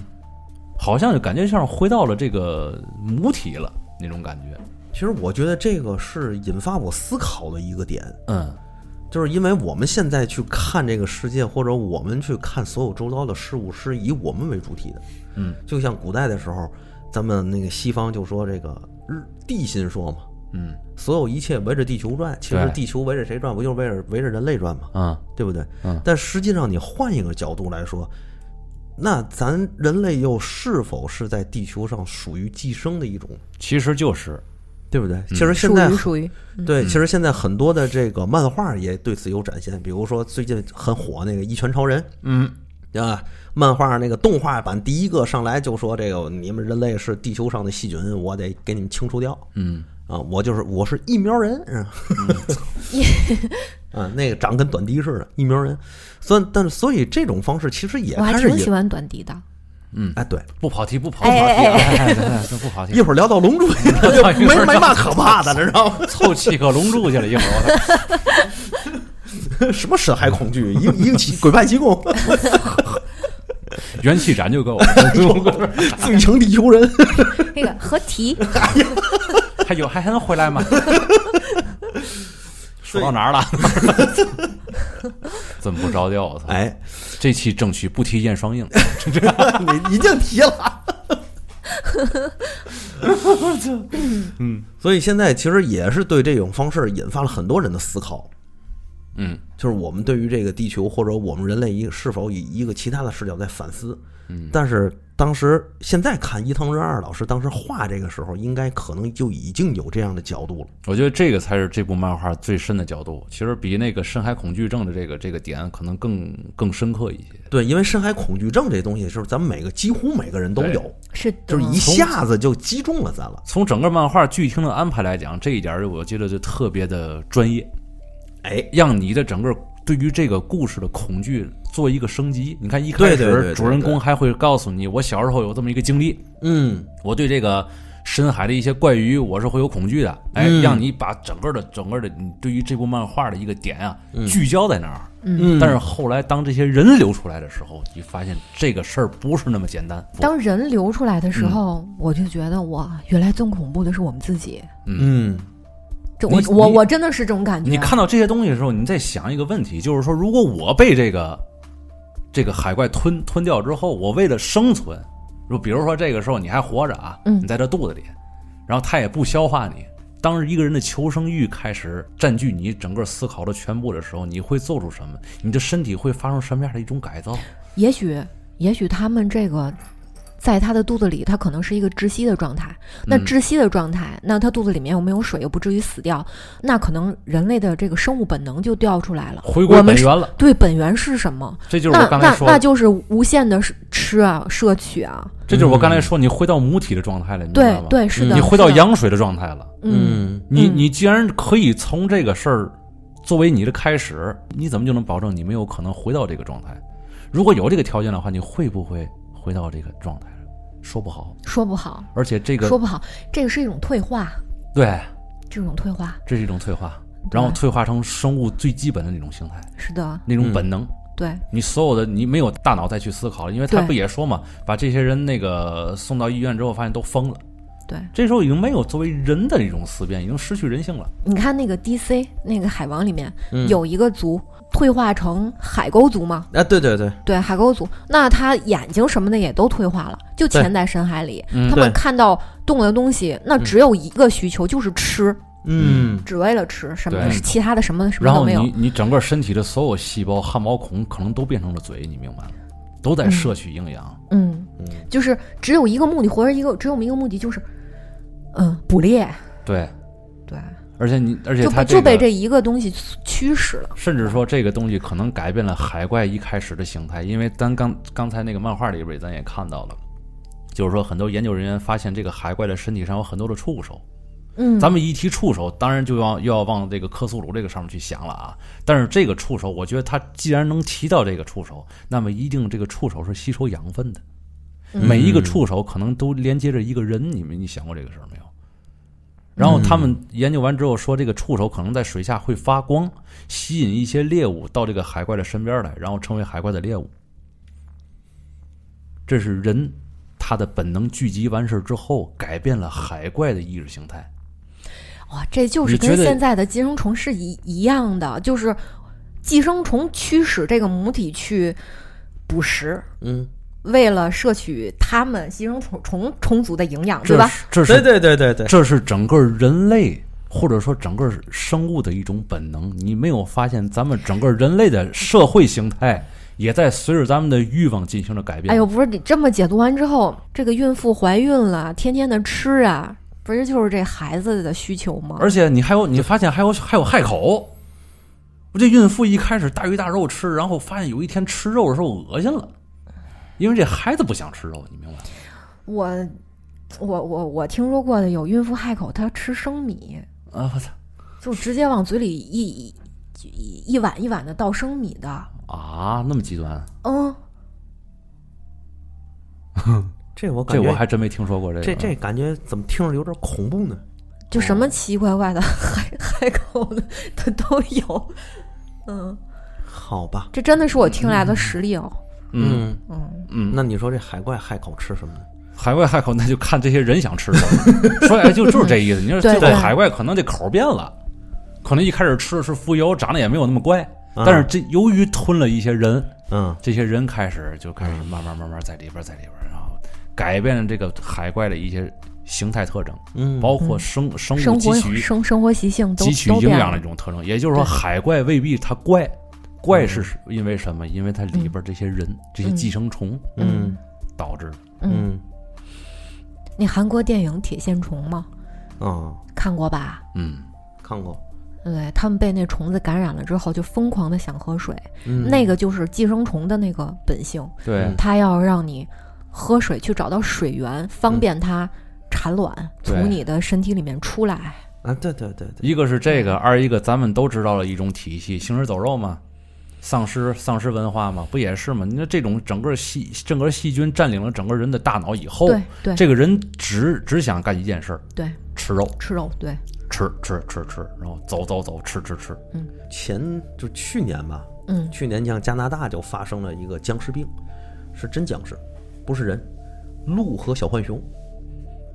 Speaker 2: 好像就感觉像是回到了这个母体了那种感觉。
Speaker 1: 其实我觉得这个是引发我思考的一个点，
Speaker 2: 嗯
Speaker 1: 就是因为我们现在去看这个世界，或者我们去看所有周遭的事物，是以我们为主体的。
Speaker 2: 嗯，
Speaker 1: 就像古代的时候，咱们那个西方就说这个日地心说嘛，
Speaker 2: 嗯
Speaker 1: 所有一切围着地球转。其实
Speaker 2: 对
Speaker 1: 地球围着谁转，不就是围着围着人类转嘛，
Speaker 2: 啊
Speaker 1: 对不对？
Speaker 2: 嗯
Speaker 1: 但实际上，你换一个角度来说，那咱人类又是否是在地球上属于寄生的一种，
Speaker 2: 其实就是
Speaker 1: 对不对？其实现
Speaker 3: 属
Speaker 1: 在
Speaker 3: 于属于，
Speaker 1: 对，其实现在很多的这个漫画也对此有展现，比如说最近很火那个《一拳超人
Speaker 2: 嗯》
Speaker 1: 啊，漫画那个动画版第一个上来就说这个你们人类是地球上的细菌，我得给你们清除掉
Speaker 2: 嗯
Speaker 1: 啊，我就是我是疫苗人，
Speaker 3: 嗯
Speaker 1: 是吧 啊，那个长跟短笛似的疫苗人，所以但是所以这种方式其实也
Speaker 3: 我还
Speaker 1: 开始
Speaker 3: 挺
Speaker 1: 引
Speaker 3: 喜欢短笛的，
Speaker 2: 嗯，
Speaker 1: 哎对，
Speaker 2: 不跑题不跑不跑
Speaker 3: 哎
Speaker 2: 题啊，
Speaker 3: 哎
Speaker 2: 哎 哎哎不跑题
Speaker 1: 一，会儿聊到龙珠去了，就没没嘛可怕的，知道吗？
Speaker 2: 凑七个龙珠去了，一会儿我操
Speaker 1: 什么深海恐惧，一个一个奇鬼派奇功。
Speaker 2: 元气斩就够了。
Speaker 1: 最强地球人，
Speaker 3: 那个合 体，
Speaker 2: 还有还还能回来吗？ 说到哪儿了？ 怎么不着调？啊我操！
Speaker 1: 哎，
Speaker 2: 这期争取不提燕双鹰。
Speaker 1: 你已经提了。嗯，所以现在其实也是对这种方式引发了很多人的思考，
Speaker 2: 嗯
Speaker 1: 就是我们对于这个地球或者我们人类一个是否以一个其他的视角在反思。嗯，但是当时现在看伊藤润二老师当时画这个时候，应该可能就已经有这样的角度了。
Speaker 2: 我觉得这个才是这部漫画最深的角度，其实比那个深海恐惧症的这个这个点可能更更深刻一些。
Speaker 1: 对，因为深海恐惧症这东西是咱们每个几乎每个人都有，
Speaker 3: 是
Speaker 1: 就是
Speaker 3: 的
Speaker 1: 一下子就击中了咱了。
Speaker 2: 从整个漫画剧情的安排来讲，这一点儿我觉得就特别的专业，
Speaker 1: 哎，
Speaker 2: 让你的整个对于这个故事的恐惧做一个升级。你看一
Speaker 1: 对
Speaker 2: 开
Speaker 1: 对对对
Speaker 2: 始
Speaker 1: 对
Speaker 2: 主人公还会告诉你，我小时候有这么一个经历，
Speaker 1: 嗯，
Speaker 2: 我对这个深海的一些怪鱼我是会有恐惧的。哎，
Speaker 1: 嗯
Speaker 2: 让你把整个的整个的你对于这部漫画的一个点啊聚焦在那儿。
Speaker 1: 嗯
Speaker 2: 但是后来当这些人流出来的时候，你发现这个事儿不嗯是那么简单。
Speaker 3: 当人流出来的时候，我就觉得哇，原来最恐怖的是我们自己。
Speaker 1: 嗯
Speaker 3: 这我
Speaker 2: 你
Speaker 3: 我
Speaker 2: 你
Speaker 3: 我真的是这种感觉。
Speaker 2: 你看到这些东西的时候，你在想一个问题，就是说，如果我被这个这个海怪吞吞掉之后，我为了生存，就比如说这个时候你还活着啊，
Speaker 3: 嗯
Speaker 2: 你在这肚子里，然后它也不消化你。当一个人的求生欲开始占据你整个思考的全部的时候，你会做出什么？你的身体会发生什么样的一种改造？
Speaker 3: 也许也许他们这个。在他的肚子里，他可能是一个窒息的状态。那
Speaker 2: 嗯
Speaker 3: 窒息的状态，那他肚子里面又没有水，又不至于死掉，那可能人类的这个生物本能就掉出来了。
Speaker 2: 回归
Speaker 3: 我们
Speaker 2: 本
Speaker 3: 是
Speaker 2: 源了，
Speaker 3: 对本源是什么？
Speaker 2: 这就是
Speaker 3: 那
Speaker 2: 我刚才
Speaker 3: 那
Speaker 2: 说的
Speaker 3: 那就是无限的吃啊，摄取啊。
Speaker 2: 这就是我刚才说，你回到母体的状态了，你知道
Speaker 3: 对
Speaker 2: 吗？
Speaker 3: 对，是的。
Speaker 2: 你回到
Speaker 3: 是的，
Speaker 2: 羊水的状态了。
Speaker 3: 嗯，
Speaker 2: 你
Speaker 3: 嗯
Speaker 2: 你既然可以从这个事儿作为你的开始，你怎么就能保证你没有可能回到这个状态？如果有这个条件的话，你会不会回到这个状态？说不好。
Speaker 3: 说不好，
Speaker 2: 而且这
Speaker 3: 说
Speaker 2: 个
Speaker 3: 不好，这个是一种退化，
Speaker 2: 对，
Speaker 3: 这种退化
Speaker 2: 这是一种退化，然后退化成生物最基本的那种形态，
Speaker 3: 是的，
Speaker 2: 那种本能。
Speaker 3: 对，
Speaker 2: 你所有的你没有大脑再去思考了，因为他
Speaker 3: 对
Speaker 2: 不也说嘛，把这些人那个送到医院之后，发现都疯了，
Speaker 3: 对，
Speaker 2: 这时候已经没有作为人的一种思辨，已经失去人性了。
Speaker 3: 你看那个 DC 那个海王里面、
Speaker 1: 嗯
Speaker 3: 有一个族退化成海沟族嘛，
Speaker 1: 啊，对对对，
Speaker 3: 对，海沟族，那他眼睛什么的也都退化了，就
Speaker 1: 对
Speaker 3: 潜在深海里。
Speaker 2: 嗯
Speaker 3: 他
Speaker 1: 对
Speaker 3: 们看到动的东西，那只有一个需求，就是吃，
Speaker 1: 嗯，
Speaker 3: 只为了吃，什么
Speaker 2: 对
Speaker 3: 其他的什么什么
Speaker 2: 然
Speaker 3: 都
Speaker 2: 后
Speaker 3: 没有
Speaker 2: 你。你整个身体的所有细胞、汗毛孔可能都变成了嘴，你明白吗？都在摄取营养。
Speaker 3: 嗯，就是只有一个目的，活着一个，只有我们一个目的，就是嗯，捕猎。
Speaker 2: 对，
Speaker 3: 对，
Speaker 2: 而且你而且
Speaker 3: 就
Speaker 2: 它
Speaker 3: 被就被
Speaker 2: 个
Speaker 3: 这一个东西驱使了。
Speaker 2: 甚至说这个东西可能改变了海怪一开始的形态，因为咱刚刚才那个漫画里边咱也看到了，就是说很多研究人员发现这个海怪的身体上有很多的触手。
Speaker 3: 嗯，
Speaker 2: 咱们一提触手，当然就要又要往这个克苏鲁这个上面去想了啊。但是这个触手，我觉得它既然能提到这个触手，那么一定这个触手是吸收养分的。
Speaker 3: 嗯
Speaker 2: 每一个触手可能都连接着一个人，你们你想过这个事儿没有？然后他们研究完之后说，这个触手可能在水下会发光，吸引一些猎物到这个海怪的身边来，然后成为海怪的猎物。这是人他的本能聚集完事之后，改变了海怪的意识形态。
Speaker 3: 哇，这就是
Speaker 2: 你觉
Speaker 3: 跟
Speaker 2: 得
Speaker 3: 现在的寄生虫是一一样的，就是寄生虫驱使这个母体去捕食，
Speaker 1: 嗯，
Speaker 3: 为了摄取它们寄生虫虫虫族的营养，对
Speaker 2: 这
Speaker 3: 吧？
Speaker 2: 是这
Speaker 1: 对
Speaker 2: 是
Speaker 1: 对对对对，
Speaker 2: 这是整个人类或者说整个生物的一种本能。你没有发现咱们整个人类的社会形态也在随着咱们的欲望进行着改变？
Speaker 3: 哎呦，，不是你这么解读完之后，这个孕妇怀孕了，天天的吃啊，不是就是这孩子的需求吗？
Speaker 2: 而且你还有你发现还有还有害口。我这孕妇一开始大鱼大肉吃，然后发现有一天吃肉的时候恶心了，因为这孩子不想吃肉，你明白吗？
Speaker 3: 我我我我听说过的有孕妇害口，她吃生米，
Speaker 2: 啊，我操
Speaker 3: 就直接往嘴里一一一一碗一碗的倒生米的，
Speaker 2: 啊，那么极端，
Speaker 3: 嗯。
Speaker 1: 这我感
Speaker 2: 这
Speaker 1: 觉嗯
Speaker 2: 我还真没听说过这个。
Speaker 1: 这这感觉怎么听着有点恐怖呢？
Speaker 3: 就什么奇奇怪怪的 海海口的，它都有。嗯，
Speaker 1: 好吧，
Speaker 3: 这真的是我听来的实例哦。
Speaker 2: 嗯，
Speaker 3: 嗯，
Speaker 2: 嗯
Speaker 1: 那你说这海怪害口吃什么呢？
Speaker 2: 海怪害口，那就看这些人想 吃什么。所以哎就就是这意思。你说最
Speaker 3: 对
Speaker 2: 后
Speaker 3: 对
Speaker 2: 海怪可能这口变了，可能一开始吃的是浮游，长得也没有那么乖，
Speaker 1: 啊
Speaker 3: 嗯
Speaker 2: 但是这由于吞了一些人，
Speaker 1: 嗯，
Speaker 2: 这些人开始就开始慢慢慢慢在里边儿在里边儿，然后改变了这个海怪的一些形态特征，
Speaker 1: 嗯，
Speaker 2: 包括生生
Speaker 3: 生
Speaker 2: 物
Speaker 3: 活
Speaker 2: 汲取
Speaker 3: 生生活习性都
Speaker 2: 汲取
Speaker 3: 都
Speaker 2: 营
Speaker 3: 变
Speaker 2: 养的一。
Speaker 3: 了
Speaker 2: 种特征。也就是说，
Speaker 3: 对
Speaker 2: 海怪未必它怪，怪是因为什么？因为它里边儿这些人、这些
Speaker 3: 嗯
Speaker 2: 寄生虫
Speaker 1: 嗯
Speaker 2: 导致的。
Speaker 3: 嗯，
Speaker 1: 嗯
Speaker 3: 那韩国电影《铁线虫》吗？
Speaker 1: 啊，
Speaker 3: 看过吧？
Speaker 2: 嗯，
Speaker 1: 看过，
Speaker 3: 对他们被那虫子感染了之后，就疯狂的想喝水，
Speaker 1: 嗯，
Speaker 3: 那个就是寄生虫的那个本性，
Speaker 2: 对。
Speaker 1: 嗯
Speaker 3: 它要让你喝水去找到水源，方便它产卵，
Speaker 2: 嗯对
Speaker 3: 从你的身体里面出来。
Speaker 1: 啊，对对对对，
Speaker 2: 一个是这个，二一个咱们都知道了一种体系，行尸走肉嘛，丧尸丧尸文化嘛，不也是嘛？你说这种整个细整个细菌占领了整个人的大脑以后，
Speaker 3: 对对
Speaker 2: 哦这个人只只想干一件事儿，
Speaker 3: 对，
Speaker 2: 吃肉，
Speaker 3: 吃肉，对，
Speaker 2: 吃吃吃吃，然后走走走，吃吃吃，
Speaker 1: 前就去年吧，
Speaker 3: 嗯。
Speaker 1: 去年像加拿大就发生了一个僵尸病，是真僵尸，不是人，鹿和小浣熊，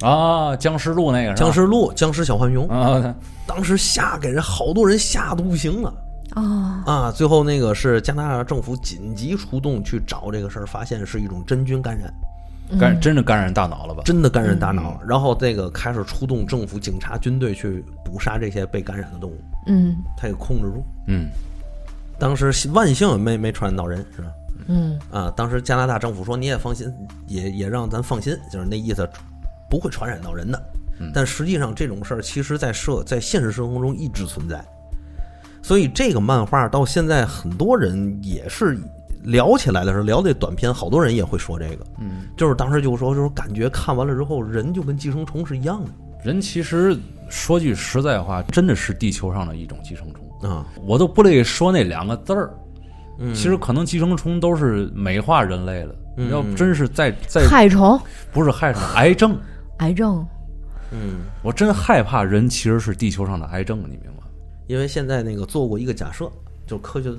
Speaker 2: 啊，僵尸路那个是吧
Speaker 1: 僵尸鹿，僵尸小浣熊，
Speaker 2: 啊，
Speaker 1: 当时吓给人好多人吓得不行了。
Speaker 3: 啊，
Speaker 1: 啊，最后那个是加拿大政府紧急出动去找这个事儿，发现是一种真菌感染，
Speaker 2: 感真的感染大脑了吧？
Speaker 1: 真的感染大脑，然后那个开始出动政府、警察、军队去捕杀这些被感染的动物，
Speaker 3: 嗯
Speaker 1: 他给控制住。
Speaker 2: 嗯，
Speaker 1: 当时万幸没没传染到人，是吧？
Speaker 3: 嗯
Speaker 1: 啊，当时加拿大政府说你也放心，也也让咱放心，就是那意思，不会传染到人的。但实际上这种事儿，其实在社在现实生活中一直存在，所以这个漫画到现在很多人也是聊起来的时候，聊这短片，好多人也会说这个，嗯，就是当时就说，就是感觉看完了之后，人就跟寄生虫是一样
Speaker 2: 人其实说句实在话，真的是地球上的一种寄生虫。
Speaker 1: 的啊，
Speaker 2: 我都不乐意说那两个字儿。
Speaker 1: 嗯
Speaker 2: 其实可能寄生虫都是美化人类的。
Speaker 1: 嗯
Speaker 2: 要真是在在
Speaker 3: 害虫、
Speaker 2: 不是害上 癌症，
Speaker 3: 癌症，
Speaker 1: 嗯，
Speaker 2: 我真害怕人其实是地球上的癌症，你明白吗？
Speaker 1: 因为现在那个做过一个假设，就科学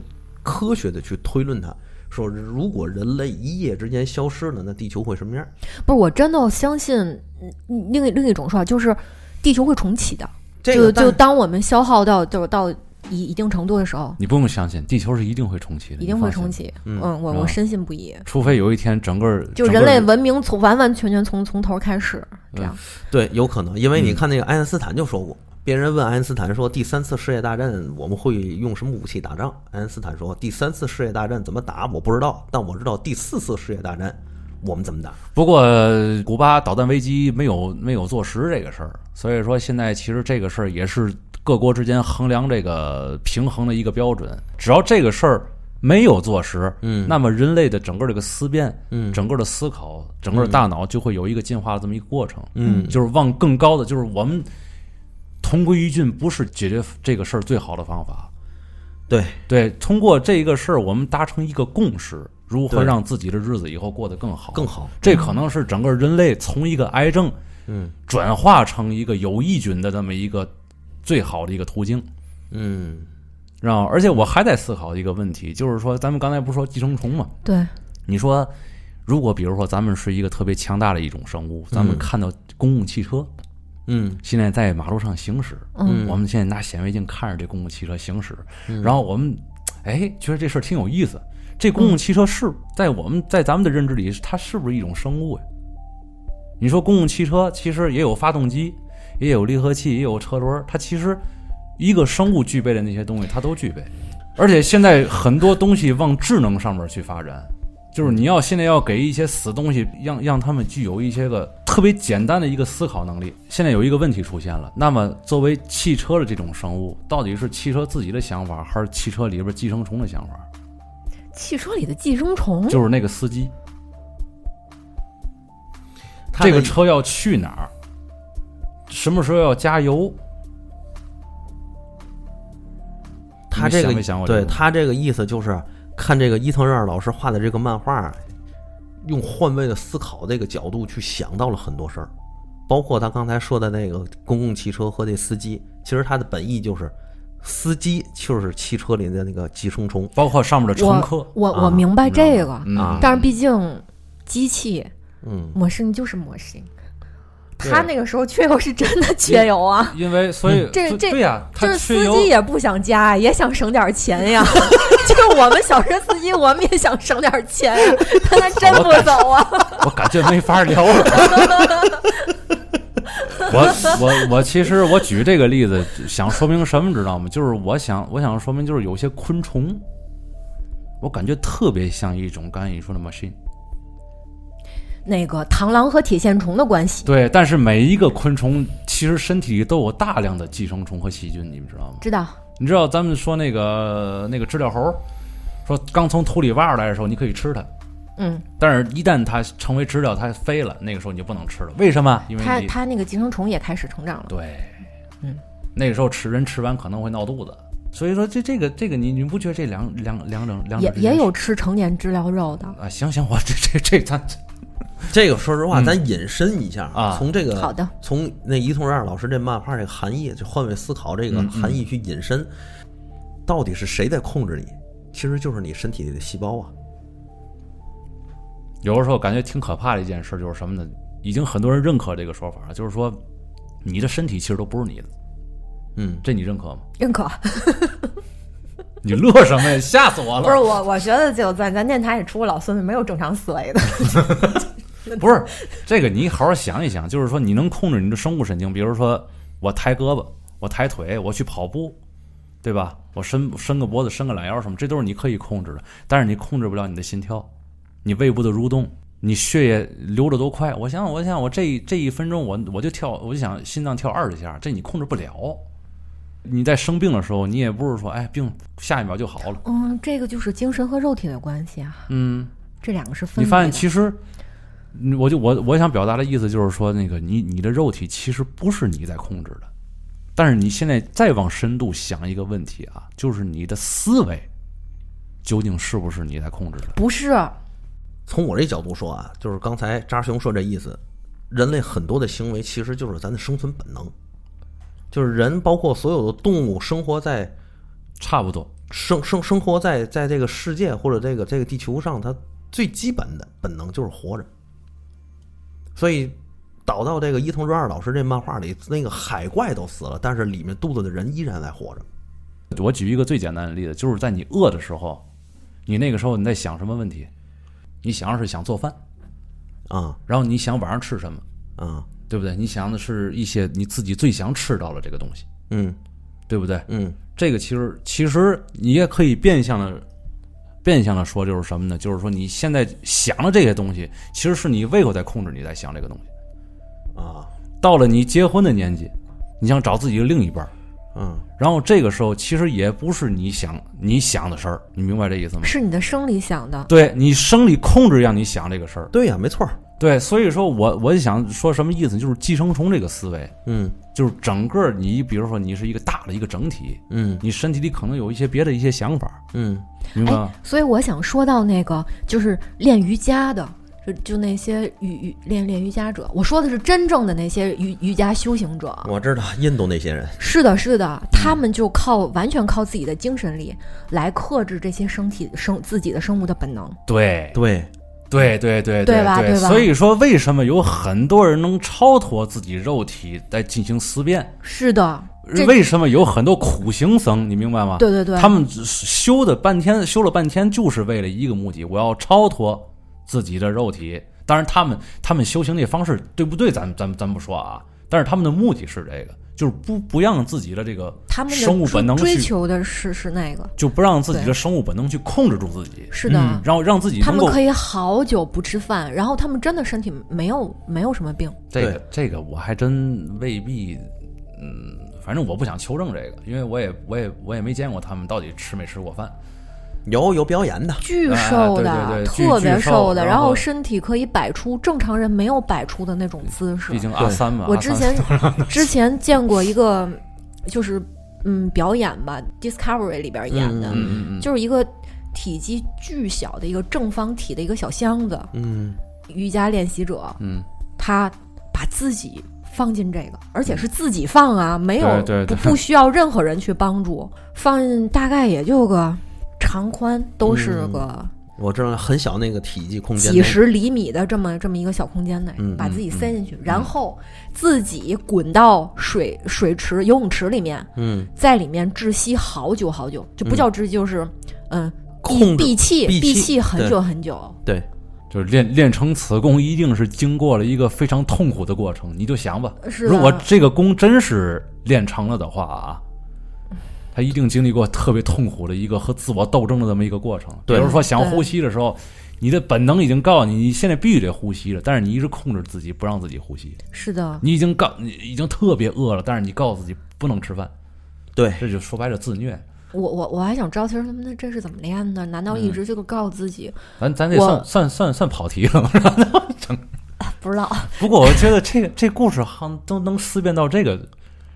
Speaker 1: 科学的去推论它，说如果人类一夜之间消失了，那地球会什么样？
Speaker 3: 不是，我真的相信嗯另一另一种说法，就是地球会重启的。
Speaker 1: 这个
Speaker 3: 就就
Speaker 1: 但
Speaker 3: 当我们消耗到就是到一一定程度的时候，
Speaker 2: 你不用相信，地球是一定会重启的，
Speaker 3: 一定会
Speaker 2: 你放心
Speaker 3: 重，启。
Speaker 1: 嗯
Speaker 3: 我
Speaker 2: 是吧
Speaker 3: 我深信不疑。
Speaker 2: 除非有一天整个
Speaker 3: 就
Speaker 2: 整个
Speaker 3: 人类文明从完完全全从从头开始，这样
Speaker 1: 对，有可能，因为你
Speaker 2: 嗯
Speaker 1: 看那个爱因斯坦就说过，别人问爱因斯坦说第三次世界大战我们会用什么武器打仗？爱因斯坦说第三次世界大战怎么打我不知道，但我知道第四次世界大战我们怎么打。
Speaker 2: 不过，古巴导弹危机没有没有坐实这个事儿，所以说现在其实这个事儿也是各国之间衡量这个平衡的一个标准。只要这个事儿没有坐实，
Speaker 1: 嗯
Speaker 2: 那么人类的整个这个思辨，
Speaker 1: 嗯
Speaker 2: 整个的思考，整个大脑就会有一个进化的这么一个过程，
Speaker 1: 嗯
Speaker 2: 就是往更高的，就是我们同归于尽，不是解决这个事儿最好的方法。
Speaker 1: 对，
Speaker 2: 对，通过这一个事儿，我们达成一个共识，如何
Speaker 1: 对
Speaker 2: 让自己的日子以后过得更好，
Speaker 1: 哦更好。
Speaker 2: 这可能是整个人类从一个癌症
Speaker 1: 嗯
Speaker 2: 转化成一个有益菌的这么一个最好的一个途径，
Speaker 1: 嗯
Speaker 2: 然后，而且我还在思考一个问题，就是说，咱们刚才不是说寄生虫嘛？
Speaker 3: 对，
Speaker 2: 你说，如果比如说咱们是一个特别强大的一种生物，咱们
Speaker 1: 嗯
Speaker 2: 看到公共汽车
Speaker 1: 嗯
Speaker 2: 现在在马路上行驶，
Speaker 1: 嗯，
Speaker 2: 我们现在拿显微镜看着这公共汽车行驶，然后我们哎觉得这事儿挺有意思。这公共汽车是在我们在咱们的认知里，它是不是一种生物呀？你说公共汽车其实也有发动机，也有离合器，也有车轮儿，它其实一个生物具备的那些东西它都具备。而且现在很多东西往智能上面去发展，就是你要现在要给一些死东西，让让他们具有一些个特别简单的一个思考能力。现在有一个问题出现了，那么作为汽车的这种生物，到底是汽车自己的想法，还是汽车里边寄生虫的想法？
Speaker 3: 汽车里的寄生虫，
Speaker 2: 就是那个司机，
Speaker 1: 它
Speaker 2: 这
Speaker 1: 那
Speaker 2: 个车要去哪儿，什么时候要加油？
Speaker 1: 他
Speaker 2: 你
Speaker 1: 这个
Speaker 2: 想没想过这个
Speaker 1: 对
Speaker 2: 问题
Speaker 1: 他这个意思就是看这个伊藤润二老师画的这个漫画，用换位的思考这个角度去想到了很多事儿，包括他刚才说的那个公共汽车和那司机，其实他的本意就是司机就是汽车里的那个寄生虫。
Speaker 2: 包括上面的乘客
Speaker 3: 我，我
Speaker 1: 啊
Speaker 3: 我明白这个，
Speaker 2: 嗯
Speaker 1: 啊
Speaker 3: 但是毕竟机器
Speaker 1: 嗯，
Speaker 3: 模型就是模型，
Speaker 2: 对
Speaker 3: 他那个时候缺油是真的缺油啊。
Speaker 2: 因为所以
Speaker 3: 这
Speaker 2: 所以
Speaker 3: 这
Speaker 2: 对呀，
Speaker 3: 就
Speaker 2: 他
Speaker 3: 是
Speaker 2: 缺
Speaker 3: 司
Speaker 2: 油
Speaker 3: 机也不想加，也想省点钱呀。 就是我们小车司机，我们也想省点钱呀，但他真不走啊。
Speaker 2: 我感觉没法聊了。 我我我其实我举这个例子想说明什么，知道吗？就是我想我想说明就是有些昆虫，我感觉特别像一种刚才你说的 machine。
Speaker 3: 那个螳螂和铁线虫的关系
Speaker 2: 对，但是每一个昆虫其实身体里都有大量的寄生虫和细菌，你们知道吗？
Speaker 3: 知道，
Speaker 2: 你知道咱们说那个那个知了猴，说刚从土里挖出来的时候，你可以吃它。
Speaker 3: 嗯，
Speaker 2: 但是，一旦它成为知了，它飞了，那个时候你就不能吃了。为什么？因为
Speaker 3: 它
Speaker 2: 嗯你
Speaker 3: 它那个寄生虫也开始成长了。
Speaker 2: 对，
Speaker 3: 嗯，
Speaker 2: 那个时候吃人吃完可能会闹肚子，所以说这这个这个你你不觉得这两两两种两
Speaker 3: 也
Speaker 2: 种之间
Speaker 3: 也有吃成年知了肉的。
Speaker 2: 啊？行行，我 这这这咱
Speaker 1: 这个说实话，
Speaker 2: 嗯
Speaker 1: 咱引申一下
Speaker 2: 啊
Speaker 1: 从这个
Speaker 3: 好的，
Speaker 1: 从那伊藤润二老师这漫画这个含义，就换位思考这个
Speaker 2: 嗯
Speaker 1: 含义去引申，到底是谁在控制你？其实就是你身体里的细胞啊。
Speaker 2: 有的时候感觉挺可怕的一件事就是什么呢？已经很多人认可这个说法了，就是说你的身体其实都不是你的，
Speaker 1: 嗯，
Speaker 2: 这你认可吗？
Speaker 3: 认可，
Speaker 2: 你乐什么呀？吓死我
Speaker 3: 不是
Speaker 2: 了！
Speaker 3: 我，我觉得就咱咱电台里出老孙子没有正常思维的。
Speaker 2: 不是这个，你好好想一想，就是说你能控制你的生物神经，比如说我抬胳膊，我抬腿，我去跑步，对吧？我伸伸个脖子，伸个懒腰什么，这都是你可以控制的。但是你控制不了你的心跳，你胃部的蠕动，你血液流得多快。我想想，我想想，我这一这一分钟我我就跳，我就想心脏跳二十下，这你控制不了。你在生病的时候，你也不是说哎病下一秒就好了，
Speaker 3: 嗯，这个就是精神和肉体的关系啊，
Speaker 2: 嗯。
Speaker 3: 这两个是分
Speaker 2: 你
Speaker 3: 离的。
Speaker 2: 发现其实，嗯我就我我想表达的意思就是说，那个你你的肉体其实不是你在控制的，但是你现在再往深度想一个问题啊，就是你的思维究竟是不是你在控制的？
Speaker 3: 不是，
Speaker 1: 从我这角度说啊，就是刚才扎熊说这意思，人类很多的行为其实就是咱的生存本能，就是人包括所有的动物生活在
Speaker 2: 差不多，
Speaker 1: 生生生活在在这个世界或者这个这个地球上，他最基本的本能就是活着。所以导到这个伊藤润二老师这漫画里，那个海怪都死了，但是里面肚子的人依然在活着。
Speaker 2: 我举一个最简单的例子，就是在你饿的时候，你那个时候你在想什么问题？你想的是想做饭，
Speaker 1: 啊
Speaker 2: 然后你想晚上吃什么，
Speaker 1: 啊
Speaker 2: 对不对？你想的是一些你自己最想吃到的这个东西，
Speaker 1: 嗯
Speaker 2: 对不对？
Speaker 1: 嗯
Speaker 2: 这个其实其实你也可以变相的变相的说，就是什么呢？就是说你现在想的这些东西，其实是你胃口在控制你在想这个东西。
Speaker 1: 啊
Speaker 2: 到了你结婚的年纪，你想找自己的另一半儿，
Speaker 1: 嗯
Speaker 2: 然后这个时候其实也不是你想你想的事儿，你明白这意思吗？
Speaker 3: 是你的生理想的，
Speaker 2: 对你生理控制让你想这个事儿，
Speaker 1: 对呀、没错儿。
Speaker 2: 对，所以说我我就想说什么意思，就是寄生虫这个思维，
Speaker 1: 嗯
Speaker 2: 就是整个你比如说你是一个大的一个整体，
Speaker 1: 嗯
Speaker 2: 你身体里可能有一些别的一些想法，
Speaker 1: 嗯
Speaker 2: 明白吗？
Speaker 3: 所以我想说到那个就是练瑜伽的，就就那些瑜瑜练练瑜伽者，我说的是真正的那些瑜瑜伽修行者。啊
Speaker 1: 我知道印度那些人，
Speaker 3: 是的，是的，他们就靠完全靠自己的精神力来克制这些身体生自己的生物的本能。
Speaker 2: 对
Speaker 1: 对，
Speaker 2: 对对对
Speaker 3: 对吧
Speaker 2: 对
Speaker 3: 对吧
Speaker 2: 所以说为什么有很多人能超脱自己肉体在进行思辨？
Speaker 3: 是
Speaker 2: 啊
Speaker 3: 的，这
Speaker 2: 为什么有很多苦行僧？你明白吗？
Speaker 3: 对对对，
Speaker 2: 他们只是修的半天，修了半天，就是为了一个目的，我要超脱自己的肉体。当然，他们他们修行这方式对不对？咱咱咱不说啊，但是他们的目的是这个，就是不不让自己的这个
Speaker 3: 他们的
Speaker 2: 生物
Speaker 3: 追
Speaker 2: 本能
Speaker 3: 追
Speaker 2: 去
Speaker 3: 求的是是那个，
Speaker 2: 就不让自己的
Speaker 3: 对
Speaker 2: 生物本能去控制住自己，
Speaker 3: 是的。
Speaker 2: 然后让自己
Speaker 3: 他
Speaker 2: 嗯能
Speaker 3: 们
Speaker 2: 够
Speaker 3: 可以好久不吃饭，然后他们真的身体没有没有什么病，
Speaker 2: 这个
Speaker 1: 对
Speaker 2: 这个我还真未必，嗯，反正我不想求证这个，因为我也我也我也没见过他们到底吃没吃过饭。
Speaker 1: 有有表演的，
Speaker 3: 巨
Speaker 2: 啊
Speaker 3: 瘦
Speaker 2: 对
Speaker 3: 的，
Speaker 2: 对对巨
Speaker 3: 特别
Speaker 2: 巨瘦
Speaker 3: 的，
Speaker 2: 然
Speaker 3: 然
Speaker 2: 后
Speaker 3: 身体可以摆出正常人没有摆出的那种姿势
Speaker 2: 毕。竟啊阿三嘛，
Speaker 3: 我
Speaker 2: 阿
Speaker 3: 之
Speaker 2: 三
Speaker 3: 前 之前见过一个，就是嗯表演吧，Discovery 里边演的，
Speaker 1: 嗯
Speaker 2: 嗯嗯嗯，
Speaker 3: 就是一个体积巨小的一个正方体的一个小箱子，
Speaker 1: 嗯
Speaker 3: 瑜伽练习者，
Speaker 2: 嗯，
Speaker 3: 他把自己放进这个，而且是自己放啊，没有
Speaker 2: 嗯对对对
Speaker 3: 不不需要任何人去帮助，放大概也就个长宽都
Speaker 2: 嗯
Speaker 3: 是个
Speaker 1: 我知道很小那个体积空间内，
Speaker 3: 几十厘米的这么这么一个小空间内，
Speaker 1: 嗯
Speaker 3: 把自己塞进去，然后自己滚到水水池游泳池里面，
Speaker 1: 嗯
Speaker 3: 在里面窒息好久好久，就不叫窒息，就是嗯。
Speaker 1: 控制
Speaker 3: 闭气，
Speaker 1: 闭气
Speaker 3: 闭气很
Speaker 1: 对
Speaker 3: 久很久，
Speaker 1: 对，
Speaker 2: 就是练练成此功，一定是经过了一个非常痛苦的过程。你就想吧，
Speaker 3: 是的
Speaker 2: 如果这个功真是练成了的话啊，他一定经历过特别痛苦的一个和自我斗争的这么一个过程。比
Speaker 1: 对
Speaker 2: 如说想呼吸的时候，你的本能已经告诉你，你现在必须得呼吸了，但是你一直控制自己不让自己呼吸。
Speaker 3: 是的，
Speaker 2: 你已经告你已经特别饿了，但是你告诉自己不能吃饭，
Speaker 1: 对，
Speaker 2: 这就说白了自虐。
Speaker 3: 我我我还想知道，其实他们那这是怎么练的？
Speaker 1: 嗯
Speaker 3: 难道一直就告诉自己、
Speaker 2: 咱咱这
Speaker 3: 我
Speaker 2: 算算算算跑题了。
Speaker 3: 不知道？
Speaker 2: 不过我觉得这个这故事好像都能思辨到这个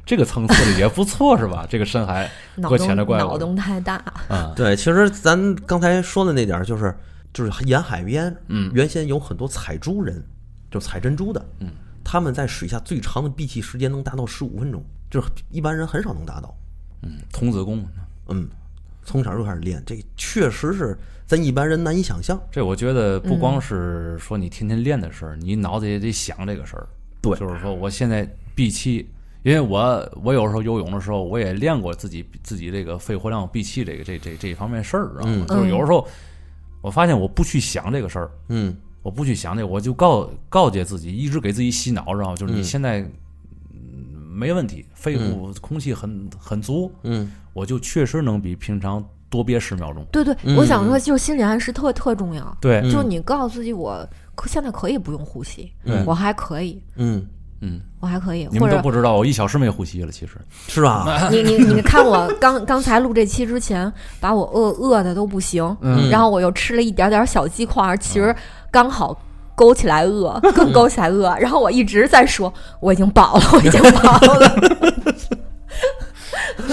Speaker 2: 这个层次里也不错，是吧？这个深海
Speaker 3: 脑
Speaker 2: 搁浅
Speaker 3: 洞
Speaker 2: 的怪
Speaker 3: 脑
Speaker 2: 物
Speaker 3: 洞太大，
Speaker 2: 啊，
Speaker 1: 对，其实咱刚才说的那点儿就是，就是沿海边，嗯，原先有很多采珠人，就采珍珠的，嗯，他们在水下最长的闭气时间能达到十五分钟，就是一般人很少能达到。
Speaker 2: 嗯童子功，
Speaker 1: 嗯，从小就开始练，这确实是咱一般人难以想象。
Speaker 2: 这我觉得不
Speaker 1: 嗯
Speaker 2: 光是说你天天练的事儿，你脑子也得想这个事儿。
Speaker 1: 对
Speaker 2: 就是说我现在闭气，因为我我有时候游泳的时候，我也练过自己自己这个肺活量、闭气这个这这这一方面事儿，知道吗？
Speaker 1: 嗯
Speaker 2: 就是有时候我发现我不去想这个事儿，
Speaker 1: 嗯，
Speaker 2: 我不去想这个，我就告告诫自己，一直给自己洗脑，然后就是你
Speaker 1: 嗯
Speaker 2: 现在、嗯没问题，肺部空气很很足，
Speaker 1: 嗯，
Speaker 2: 我就确实能比平常多憋十秒钟。
Speaker 3: 对对，
Speaker 1: 嗯
Speaker 3: 我想说，就心理暗示特特重要。
Speaker 2: 对，
Speaker 3: 就你告诉自己，我可现在可以不用呼吸，
Speaker 2: 嗯
Speaker 3: 我还可以，
Speaker 1: 嗯，
Speaker 2: 嗯，
Speaker 3: 我还可以。
Speaker 2: 你
Speaker 3: 或
Speaker 2: 们都
Speaker 3: 者
Speaker 2: 不知道，我一小时没呼吸了，其实
Speaker 1: 是吧？
Speaker 3: 你你你看我刚 刚才录这期之前，把我饿饿的都不行，
Speaker 2: 嗯
Speaker 3: 然后我又吃了一点点小鸡块儿，其实刚好。勾起来饿，
Speaker 2: 嗯
Speaker 3: 更勾起来饿。然后我一直在说，我已经饱了，我已经饱了。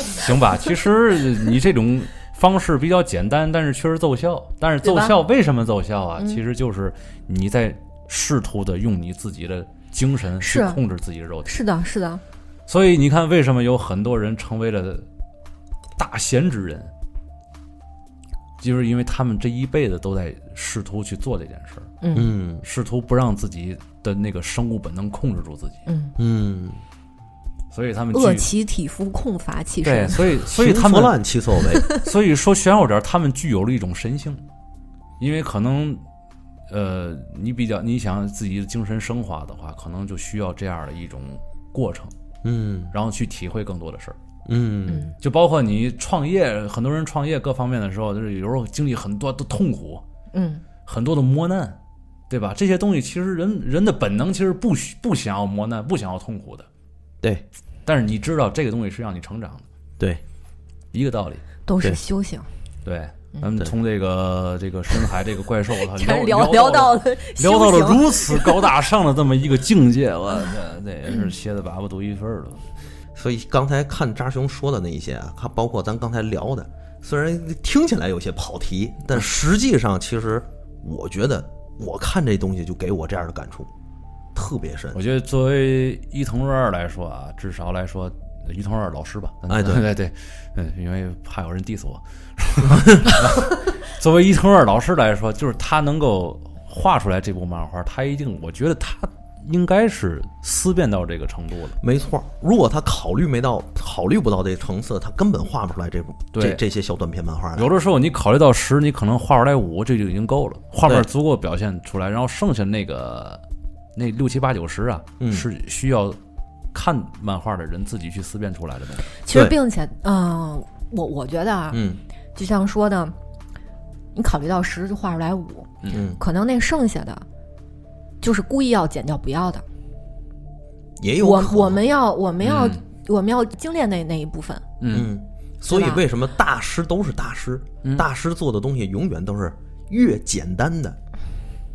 Speaker 2: 行吧。其实你这种方式比较简单，但是确实奏效。但是奏
Speaker 3: 对吧嗯
Speaker 2: 效为什么奏效啊？其实就是你在试图的用你自己的精神去
Speaker 3: 是
Speaker 2: 控制自己的肉体。
Speaker 3: 是的，是的，
Speaker 2: 所以你看，为什么有很多人成为了大贤之人？就是因为他们这一辈子都在试图去做这件事儿，
Speaker 3: 嗯
Speaker 1: 嗯
Speaker 2: 试图不让自己的那个生物本能控制住自己，
Speaker 3: 嗯，
Speaker 1: 嗯，
Speaker 2: 所以他们
Speaker 3: 饿
Speaker 2: 具
Speaker 3: 其体肤，控乏其
Speaker 2: 对，
Speaker 3: 身。
Speaker 2: 所以所以
Speaker 1: 行
Speaker 2: 他
Speaker 1: 拂
Speaker 2: 们
Speaker 1: 烂其所为，
Speaker 2: 所以说玄武者他们具有了一种神性，因为可能，呃，你比较你想自己的精神升华的话，可能就需要这样的一种过程，
Speaker 1: 嗯
Speaker 2: 然后去体会更多的事儿。
Speaker 1: 嗯
Speaker 3: 嗯
Speaker 2: 就包括你创业，很多人创业各方面的时候，就是有时候经历很多的痛苦，
Speaker 3: 嗯
Speaker 2: 很多的磨难，对吧？这些东西其实人人的本能其实不需不想要磨难，不想要痛苦的，
Speaker 1: 对
Speaker 2: 但是你知道这个东西是让你成长的，
Speaker 1: 对，
Speaker 2: 一个道理。
Speaker 3: 都是
Speaker 1: 对
Speaker 3: 修行。
Speaker 2: 对，咱们
Speaker 1: 对
Speaker 2: 从这个这个深海这个怪兽， 我操
Speaker 3: 竟然
Speaker 2: 聊到
Speaker 3: 聊到
Speaker 2: 了
Speaker 3: 了
Speaker 2: 聊
Speaker 3: 修
Speaker 2: 到了
Speaker 3: 行
Speaker 2: 如此高大上的这么一个境界，我这这也是蝎子粑粑独一份儿了。
Speaker 1: 所以刚才看扎熊说的那一些啊，看包括咱刚才聊的，虽然听起来有些跑题，但实际上其实我觉得我看这东西就给我这样的感触，特别深
Speaker 2: 我。觉得作为伊藤润二来说啊，至少来说。伊藤润二老师吧，
Speaker 1: 哎对
Speaker 2: 对对，嗯，因为怕有人 diss 我。 作为伊藤润二老师来说，就是他能够画出来这部漫画，他一定，我觉得他应该是思辨到这个程度了。
Speaker 1: 没错，如果他考虑没到、考虑不到这层次，他根本画不出来这这
Speaker 2: 对
Speaker 1: 这些小短篇漫画来。
Speaker 2: 有的时候你考虑到十，你可能画出来五，这就已经够了，画面
Speaker 1: 对
Speaker 2: 足够表现出来，然后剩下那个那六七八九十啊，
Speaker 1: 嗯
Speaker 2: 是需要看漫画的人自己去思辨出来的东西。
Speaker 3: 其实，
Speaker 1: 对
Speaker 3: 并且，嗯、我我觉得啊，
Speaker 1: 嗯
Speaker 3: 就像说的，你考虑到十就画出来五，
Speaker 1: 嗯，
Speaker 3: 可能那剩下的就是故意要减掉不要的。
Speaker 1: 也有
Speaker 3: 我
Speaker 1: 可能
Speaker 3: 我们要我们要、
Speaker 2: 嗯
Speaker 3: 我们要精炼那那一部分。
Speaker 2: 嗯，
Speaker 1: 嗯，所以
Speaker 3: 对吧
Speaker 1: 为什么大师都是大师？大师做的东西永远都是越简单的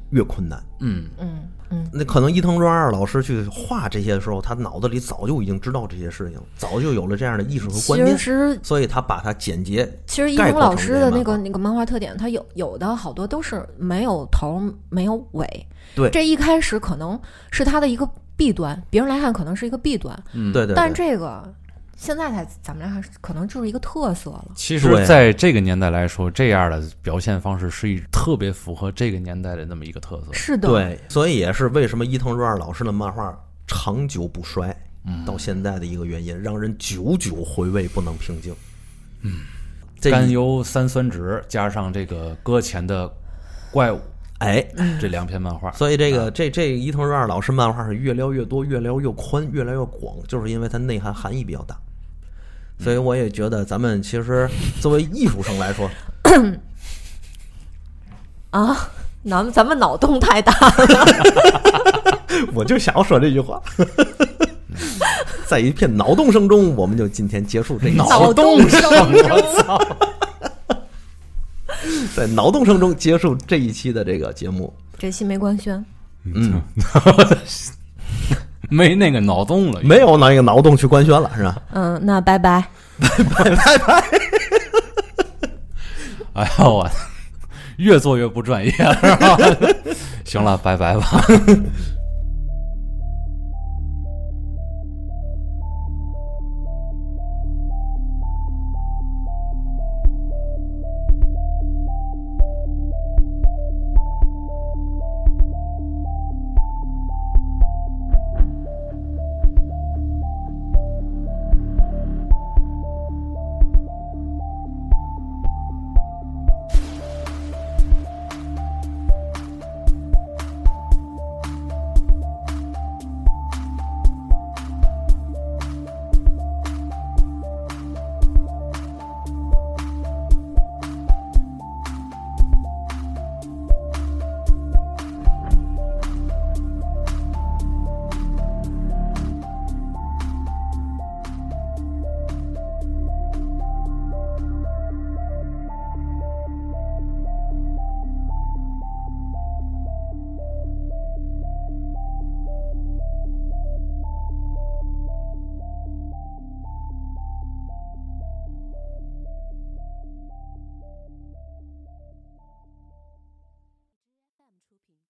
Speaker 1: 越困难。
Speaker 2: 嗯，
Speaker 3: 嗯嗯，
Speaker 1: 那可能伊藤润二老师去画这些的时候，他脑子里早就已经知道这些事情，早就有了这样的意识和观
Speaker 3: 其
Speaker 1: 念，
Speaker 3: 实
Speaker 1: 所以他把它简洁。
Speaker 3: 其实伊
Speaker 1: 概
Speaker 3: 藤
Speaker 1: 括成
Speaker 3: 老师的那个
Speaker 1: 这
Speaker 3: 那个漫画特点，它有有的好多都是没有头儿没有尾。
Speaker 1: 对
Speaker 3: 这一开始可能是它的一个弊端，别人来看可能是一个弊端，
Speaker 2: 嗯
Speaker 1: 对对
Speaker 3: 但
Speaker 1: 对，
Speaker 3: 这个现在才咱们来看，可能就是一个特色了。
Speaker 2: 其
Speaker 1: 对
Speaker 2: 实在这个年代来说，这样的表现方式是一特别符合这个年代的那么一个特色。
Speaker 3: 是的，
Speaker 1: 对，所以也是为什么伊藤润二老师的漫画长久不衰，
Speaker 2: 嗯
Speaker 1: 到现在的一个原因，让人久久回味不能平静。嗯，这
Speaker 2: 甘
Speaker 1: 一
Speaker 2: 油三酸酯加上这个搁浅的怪物
Speaker 1: 哎，
Speaker 2: 这两篇漫画，
Speaker 1: 所以这个这这伊藤润二老师漫画是越聊越多，越聊越宽，越来越广，就是因为它内涵含义比较大。所以我也觉得咱们其实作为艺术生来说，
Speaker 3: 啊，咱们咱们脑洞太大了。
Speaker 1: 我就想要说这句话。 在一片脑洞声中，我们就今天结束这一期。
Speaker 3: 脑洞生
Speaker 2: 我操！
Speaker 1: 在脑洞声中结束这一期的这个节目。
Speaker 3: 这期没官宣，
Speaker 1: 嗯，
Speaker 2: 没那个脑洞了，
Speaker 1: 没有那个脑洞去官宣了，是吧？
Speaker 3: 嗯，那拜拜。
Speaker 2: 哎呀，我 越做越不专业了，是吧？行了，拜拜吧。